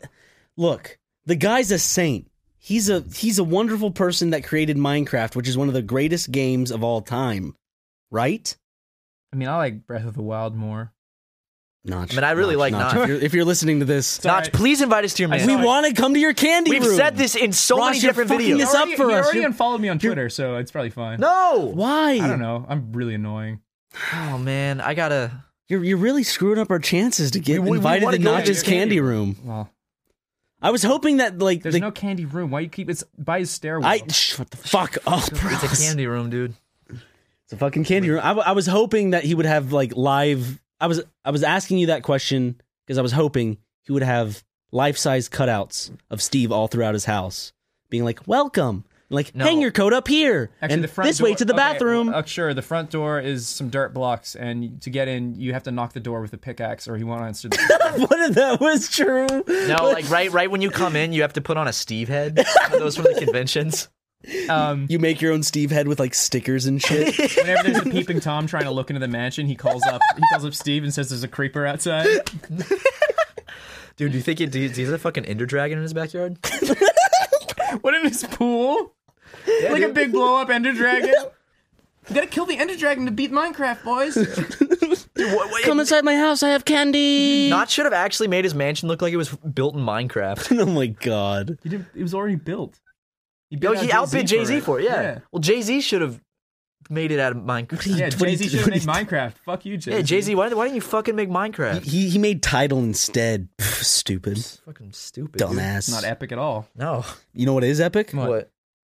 Look, the guy's a saint. He's a he's a wonderful person that created Minecraft, which is one of the greatest games of all time. Right?
I mean, I like Breath of the Wild more.
Notch.
I mean, I really like Notch.
If, you're, if you're listening to this,
Notch,
Sorry.
please invite us to your
I
mansion.
we
sorry.
want to come to your candy
We've
room.
said this in so
Ross,
many
you're
different
fucking
videos.
this up for
he
us.
already
You're-
unfollowed me on Twitter, so it's probably fine.
No.
Why?
I don't know. I'm really annoying.
Oh man, I gotta.
You're you're really screwing up our chances to get
We- we- we
invited
wanna
to
go to
Notch's
your
candy
candy
room.
Well,
I was hoping that like
there's
the
no candy room. Why you keep it's by his stairwell?
I shut the fuck Oh, up, bro.
It's a candy room, dude.
It's a fucking candy room. I, w- I was hoping that he would have like live. I was I was asking you that question because I was hoping he would have life size cutouts of Steve all throughout his house, being like, "Welcome." Like,
No.
hang your coat up here,
Actually,
and
the front
this
door,
way to the
okay,
bathroom.
Uh, sure, the front door is some dirt blocks, and to get in, you have to knock the door with a pickaxe, or he won't answer the door.
what if that was true?
No, like right, right when you come in, you have to put on a Steve head. One of those from the conventions.
Um,
You make your own Steve head with like stickers and shit.
whenever there's a peeping tom trying to look into the mansion, he calls up. He calls up Steve and says, "There's a creeper outside."
Dude, do you think he, do you, he's a fucking Ender Dragon in his backyard?
What in his pool? like a big blow up Ender Dragon. You gotta kill the Ender Dragon to beat Minecraft, boys.
What- what-
Come inside my house. I have candy.
Not should have actually made his mansion look like it was built in Minecraft.
oh my god.
He did, it was already built.
Yo,
bid
he
on
outbid Jay Z for it. Yeah.
Yeah,
Well, Jay Z should have made it out of Minecraft.
yeah
What do
Jay
you
Z
do-
should have
what
made
do you
Minecraft. Fuck you, Jay.
Yeah, Jay Z, why, why didn't you fucking make Minecraft?
He he made title instead. Pff, stupid
fucking stupid. dude.
dumbass.
Not e- epic at all.
No.
you know what is epic?
What?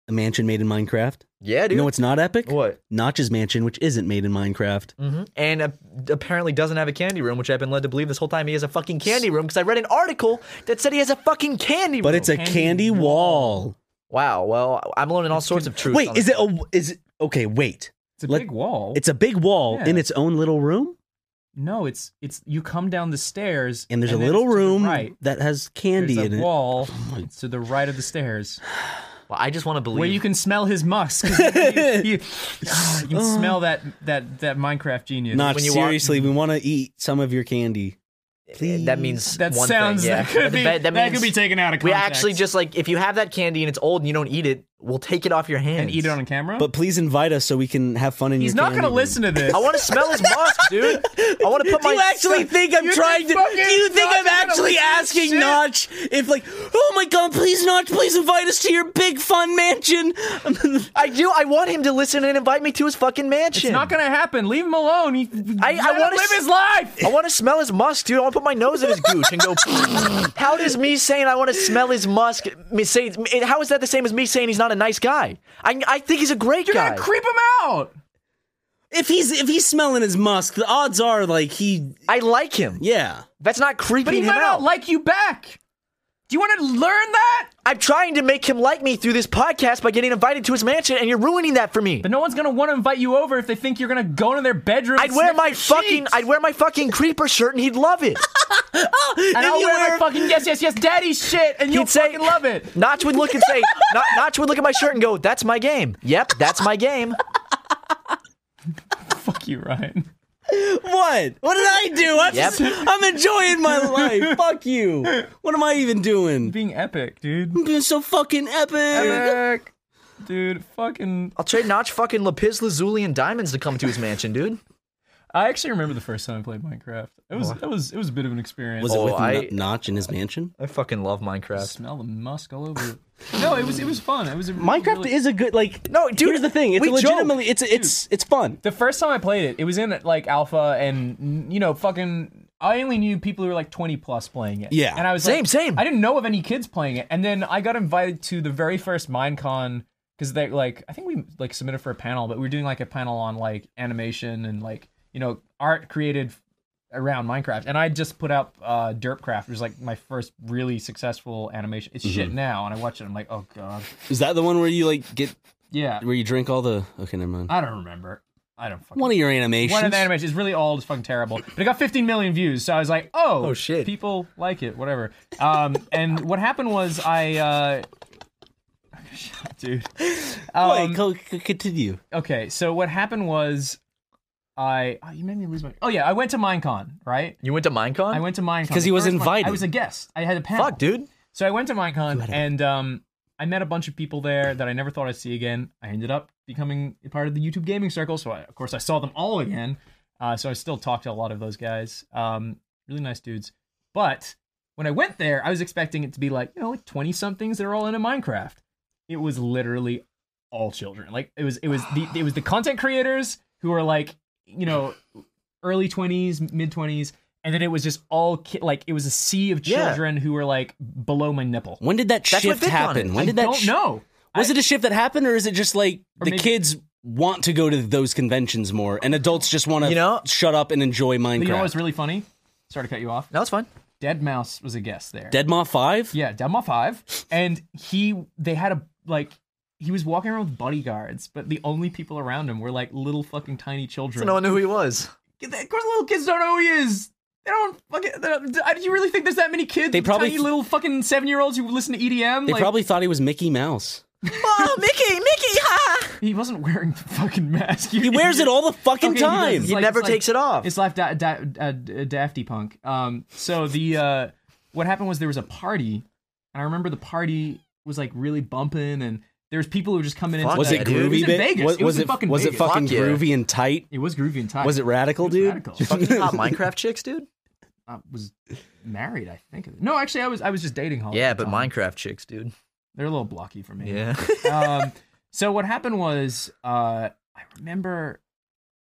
A mansion made in Minecraft.
Yeah, dude.
You know what's not epic?
What?
Notch's mansion, which isn't made in Minecraft.
hmm And uh, apparently doesn't have a candy room, which I've been led to believe this whole time he has a fucking candy room because I read an article that said he has a fucking candy room.
But it's a
Candy
candy wall.
wow. Well, I'm learning all sorts of truth.
Wait, is it a is it okay, wait.
It's a
Let-
big wall.
It's a big wall
Yeah.
in its own little room
no, it's it's you come down the stairs
and there's a
then
little
it's to the
room
right.
that has
There's
candy
a
in it. Oh
wall it's to the right of the stairs
Well, I just want to believe.
where you can smell his musk. you, you- ah, you can
Oh.
smell that that that Minecraft genius.
Notch,
When you walk-
seriously, we want to eat some of your candy. Please.
That means
that
one
sounds
Thing, yeah.
that could be that,
means
could be taken out of
We
context.
actually just like if you have that candy and it's old and you don't eat it, we'll take it off your hands
and eat it on camera.
But please invite us so we can have fun in
he's
your
not
going
gonna listen to this.
I want to smell his musk, dude. I want to put
Do
my.
you actually think I'm
You
trying
think
to?
fucking
Do you think I'm
Notch is gonna
actually
listen to
asking
shit?
Notch if, like, oh my god, please, Notch, please invite us to your big fun mansion?
I do. I want him to listen and invite me to his fucking mansion.
it's not gonna happen. Leave him alone. He,
I
let him
wanna
live
s-
his life.
I want to smell his musk, dude. I want to put my nose in his gooch and go. how does me saying I want to smell his musk me say? How is that the same as me saying he's not a nice guy? I, I think he's a great
You're
guy.
gonna creep him out.
if he's if he's smelling his musk, the odds are like he,
I like him.
yeah.
That's not creeping
But he
him
might
out.
not like you back. Do you want to learn that?
I'm trying to make him like me through this podcast by getting invited to his mansion, and you're ruining that for me.
But no one's gonna want to invite you over if they think you're gonna go into their bedroom.
I'd
and
wear
sniff
my
their
fucking
sheets.
I'd wear my fucking creeper shirt, and he'd love it.
and I'll
you
wear my
wear-
fucking yes, yes, yes, daddy shit, and you'll
He'd say-
fucking love it.
Notch would look and say, Not, Notch would look at my shirt and go, "That's my game." Yep, that's my game.
Fuck you, Ryan.
What? What did I do? I'm,
Yep.
just- I'm enjoying my life. Fuck you. What am I even doing?
Being epic, dude.
I'm being so fucking epic.
Epic. Dude, fucking.
I'll trade Notch fucking lapis lazuli and diamonds to come to his mansion, dude.
I actually remember the first time I played Minecraft. It was it was it was a bit of an experience.
Was it
Oh,
with
I-
N- Notch in his mansion?
I fucking love
I
Minecraft.
smell the musk all over it. No, it was it was fun. It was a
Minecraft
really-
is a good like.
No, dude,
Here's the thing. It's
we
a legitimately. It's it's it's fun.
the first time I played it. It was in like alpha, and you know, fucking. I only knew people who were like twenty plus playing it.
Yeah.
and I was
Same,
like-
same.
I didn't know of any kids playing it, and then I got invited to the very first MineCon because they like I think we like submitted for a panel, but we were doing like a panel on like animation and like you know art created around Minecraft, and I just put up uh, Derpcraft, which was like my first really successful animation.
Mm-hmm.
It's shit now, and I watch it, I'm like, oh god,
Is that the one where you like get
yeah,
where you drink all the? Okay, never mind.
I don't remember. I don't fucking.
One of your animations.
One of the animations is really old. It's fucking terrible. But it got 15 million views. So I was like, oh,
Oh, shit.
People like it, whatever. Um, and what happened was I. Uh, Shut up, dude.
Wait,
Um,
go, c- continue.
okay, so what happened was I. Oh, you made me lose my. Oh, yeah, I went to Minecon, right?
You went to Minecon?
I went to Minecon.
'Cause he
the
was
first one.
invited.
I was a guest. I had a panel.
Fuck, dude.
So I went to Minecon and um, I met a bunch of people there that I never thought I'd see again. I ended up becoming a part of the YouTube gaming circle, so I, of course I saw them all again. Uh, so I still talk to a lot of those guys. Um, really nice dudes. But when I went there, I was expecting it to be like you know like twenty somethings that are all into Minecraft. It was literally all children. Like it was it was the it was the content creators who are like you know early 20s, mid 20s, and then it was just all ki- like it was a sea of
Yeah.
children who were like below my nipple.
When did that
That's what
shift
Vic
happen?
wanted.
When
I
did that?
don't
sh-
know.
Was it a shift that happened, or is it just like
Or
the
maybe-
kids want to go to those conventions more, and adults just want to
You know-
shut up and enjoy
But
Minecraft?
you know what's really funny? Sorry to cut you off.
No, it's fine.
Dead Mouse was a guest there.
Dead Maw Five.
Yeah, Deadmau Five, and he they had a like he was walking around with bodyguards, but the only people around him were like little fucking tiny children.
No one knew who he was.
of course, little kids don't know who he is. They don't fucking. They don't, do you really think there's that many kids?
They probably-
tiny little fucking seven year olds who listen to EDM.
They
like,
probably thought he was Mickey Mouse.
Oh, Mickey, Mickey, ha!
He wasn't wearing the fucking mask.
He wears it all the fucking
Okay, he does.
time.
He
like-
never
it's like-
takes it off.
It's life da- da- uh, d- Dafty Punk. Um, so the uh, what happened was there was a party, and I remember the party was like really bumping, and there was people who were just coming in.
Fuck
Was
Yeah,
it
dude. It
groovy?
was in
bit?
Vegas.
Was,
It was in
it
fucking
was
Vegas.
it fucking
Fuck yeah.
groovy and tight?
It was groovy and tight.
Was it radical,
It was
dude?
radical.
fucking hot Minecraft chicks, dude.
I was married, I think. No, actually, I was I was just dating Holly.
Yeah,
at the
but
time.
Minecraft chicks, dude.
they're a little blocky for me.
Yeah.
um, so what happened was uh, I remember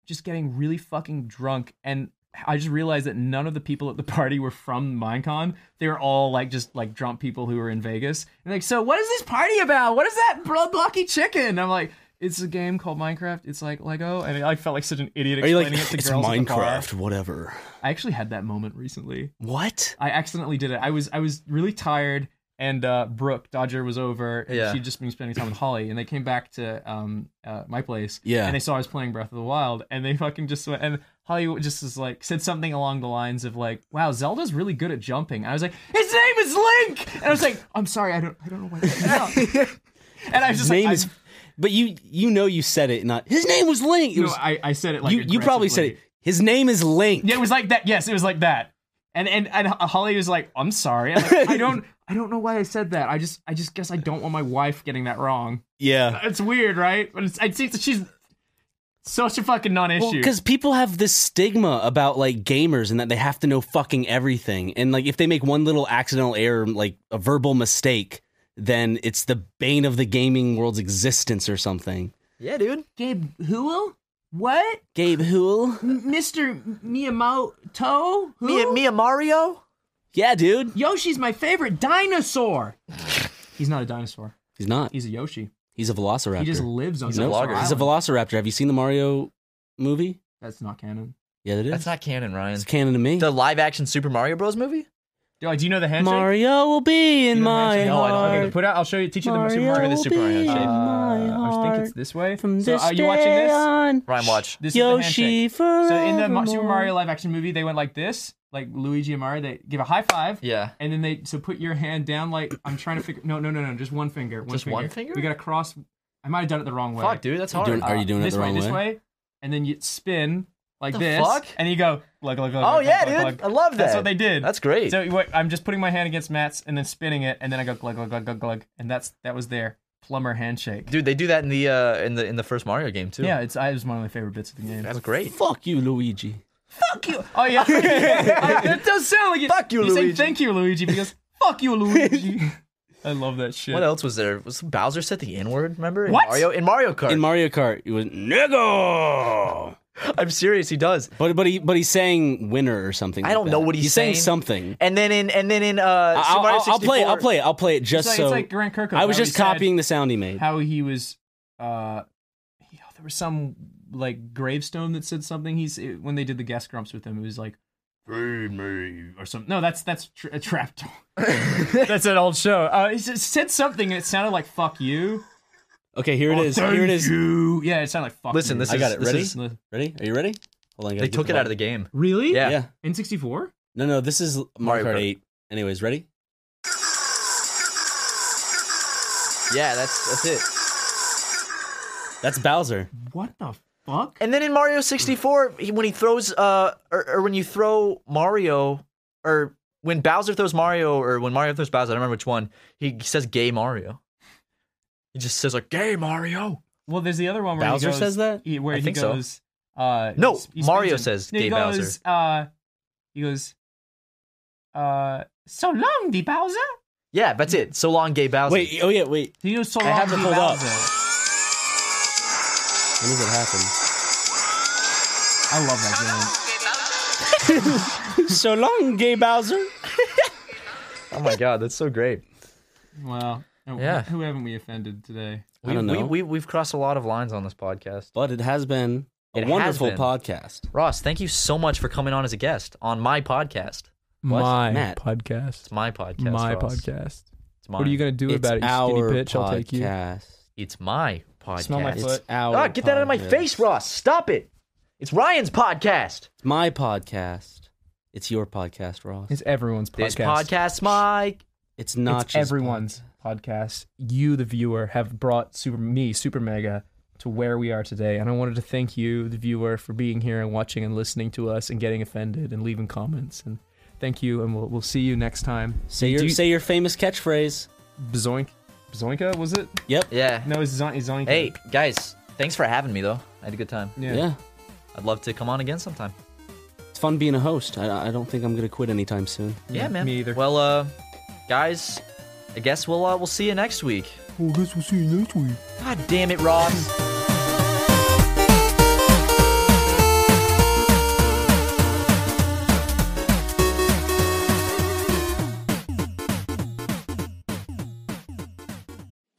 just getting really fucking drunk and I just realized that none of the people at the party were from Minecon. They were all like just like drunk people who were in Vegas. And like, so what is this party about? What is that blood blocky chicken? I'm like, it's a game called Minecraft. It's like Lego, and I felt like such an idiot
Are you
explaining
like
it to
it's
girls at the bar."
Minecraft, whatever?
I actually had that moment recently.
What?
I accidentally did it. I was I was really tired, and uh, Brooke Dodger was over, and
Yeah.
she'd just been spending time with Holly, and they came back to um uh, my place,
Yeah.
and they saw I was playing Breath of the Wild, and they fucking just went and. Holly just was like said something along the lines of like, "Wow, Zelda's really good at jumping." And I was like, "His name is Link," and I was like, "I'm sorry, I don't, I don't know what." That means." and I
His
was just
name
like,
is, but you you know you said it. Not his name was Link. It
I, no,
was,
I, I said it like
you you probably said
aggressively.
it. His name is Link.
Yeah, it was like that. Yes, it was like that. And and and Holly was like, "I'm sorry. I'm like, I don't I don't know why I said that. I just I just guess I don't want my wife getting that wrong.
yeah.
It's weird, right? But it's, it seems that she's such a fucking
Well,
non-issue.
because people have this stigma about like gamers and that they have to know fucking everything. And like if they make one little accidental error, like a verbal mistake, then it's the bane of the gaming world's existence or something.
Yeah, dude.
Gabe Huel, what
Gabe Hool?
Mister Miyamoto? Who?
Mia, Mia Mario?
Yeah, dude.
Yoshi's my favorite dinosaur. He's not a dinosaur.
He's not.
He's a Yoshi.
He's a velociraptor.
He just lives on.
He's a
Dinosaur
vlogger.
He's a
Island.
velociraptor. Have you seen the Mario movie?
That's not canon.
Yeah, that is.
That's not canon, Ryan.
It's canon to me.
The live action Super Mario Bros. movie?
Do I? Do you know the handshake?
Mario will be in
You know the
my
handshake? No, I don't. Okay,
heart.
put out. I'll show you. Teach you the Super
Mario
Mario.
Mario
will
Super
be
Mario
in
Uh,
handshake.
my
I think
heart.
it's this way.
From
so
this
are you watching
day
this?
on,
Ryan, watch.
This
Yoshi
is the handshake. So in the Ma- Super
forevermore.
Mario live action movie, they went like this, like Luigi and Mario. They give a high five,
Yeah.
and then they so put your hand down. Like I'm trying to figure. No, no, no, no. Just one finger. One
Just
finger.
one finger?
We got to cross. I might have done it the wrong way.
Fuck, dude, that's hard.
doing- Are you doing it
this
the
way,
wrong
This
way?
way, and then you spin like
The
this,
fuck?
and you go look, look, look.
oh,
look,
yeah,
look, look,
dude. I
look.
love that.
That's what they did.
That's great.
So what, I'm just putting my hand against Matt's and then spinning it, and then I go glug glug glug glug glug, and that's that was their plumber handshake.
dude, they do that in the uh, in the in the first Mario game too.
Yeah, it's I, it was one of my favorite bits of the game.
That's great.
Fuck you, Luigi.
Oh yeah, that does sound like it.
Fuck you,
He's saying
Luigi.
thank you, Luigi, because fuck you, Luigi. I love that shit.
What else was there? Was Bowser said the N word? Remember? In
What?
Mario in Mario Kart.
In Mario Kart, it was nigga.
I'm serious. He does.
But but he but he's saying winner or something.
I
like
don't
that.
know what he's
saying.
saying.
something.
And then in and then in uh, Super
I'll,
Mario
I'll- I'll play. it,
64
I'll play it. I'll play it
It's
just
like,
so.
it's like Grant Kirkhope.
I was
how he
just
said
copying the sound he made.
how he was. Uh, you know, there was some like gravestone that said something. He's it, when they did the guest grumps with him, it was like. "Free me," Or something. No, that's that's tra- a trapdoor. that's an old show. Uh, he s- said something and it sounded like "fuck you."
Okay, here it
Oh,
is.
thank
Here it is.
you. Yeah, it sounded like "fuck."
Listen,
you.
this
I
is
got it.
this
Ready?
is-
Ready? Are you ready? Hold on, I gotta
they
get
took
the
it out of the
volume.
game.
Really?
Yeah.
Yeah.
N64.
No, no. This is Mario
Mario
Kart
Kart.
8. Anyways, ready?
Yeah, that's that's it.
That's Bowser.
What the fuck?
And then in Mario 64, he, when he throws uh or, or when you throw Mario or when Bowser throws Mario or when Mario throws Bowser, I don't remember which one. He says "gay Mario." He just says like "gay Mario."
Well, there's the other one where
Bowser
he goes,
says that?
he- where
I
he
think so.
goes. Uh,
No,
he s- he
Mario
spins him.
says
No, he
gay
goes,
Bowser.
Uh, he goes. Uh, so long, the Bowser.
Yeah, that's it. So long, gay Bowser.
Wait. Oh yeah. Wait.
He goes so
I
long,
have it
the
pulled up.
Bowser.
When does it happen?
I love that game.
so long, gay Bowser.
oh my god, that's so great.
Wow. Oh,
Yeah.
Who haven't we offended today?
I don't know.
We, we, we've crossed a lot of lines on this podcast.
But it has been a
It has
wonderful
been.
podcast.
Ross, thank you so much for coming on as a guest on my podcast.
What?
My
Matt.
podcast.
It's my podcast.
my
Ross.
podcast.
It's mine.
What are you gonna do
it's
about it? You
our
skinny bitch.
podcast.
I'll take you.
It's my podcast.
Smell my foot.
It's our.
Ah, get that out of my
podcast.
face, Ross. Stop it. It's Ryan's podcast.
It's my podcast. It's your podcast, Ross.
It's everyone's podcast.
This podcast's my
It's not
it's
just
everyone's. podcast, you, the viewer, have brought super me, super mega, to where we are today. And I wanted to thank you, the viewer, for being here and watching and listening to us and getting offended and leaving comments. And thank you, and we'll we'll see you next time.
Say your
Do you-
say your famous catchphrase.
Bazoink, Bazoinka was it?
Yep.
Yeah.
No, it's Zon- it's Zoinka.
Hey, guys, thanks for having me, though. I had a good time.
Yeah.
yeah.
I'd love to come on again sometime.
It's fun being a host. I, I don't think I'm gonna quit anytime soon.
Yeah, man.
me either.
Well, uh, guys, I guess we'll uh, we'll see you next week.
Well, I guess we'll see you next week.
God damn it, Ross.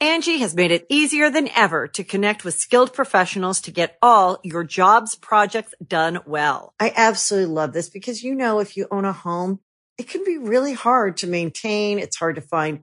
Angie has made it easier than ever to connect with skilled professionals to get all your jobs projects done well.
I absolutely love this because, you know, if you own a home, it can be really hard to maintain. It's hard to find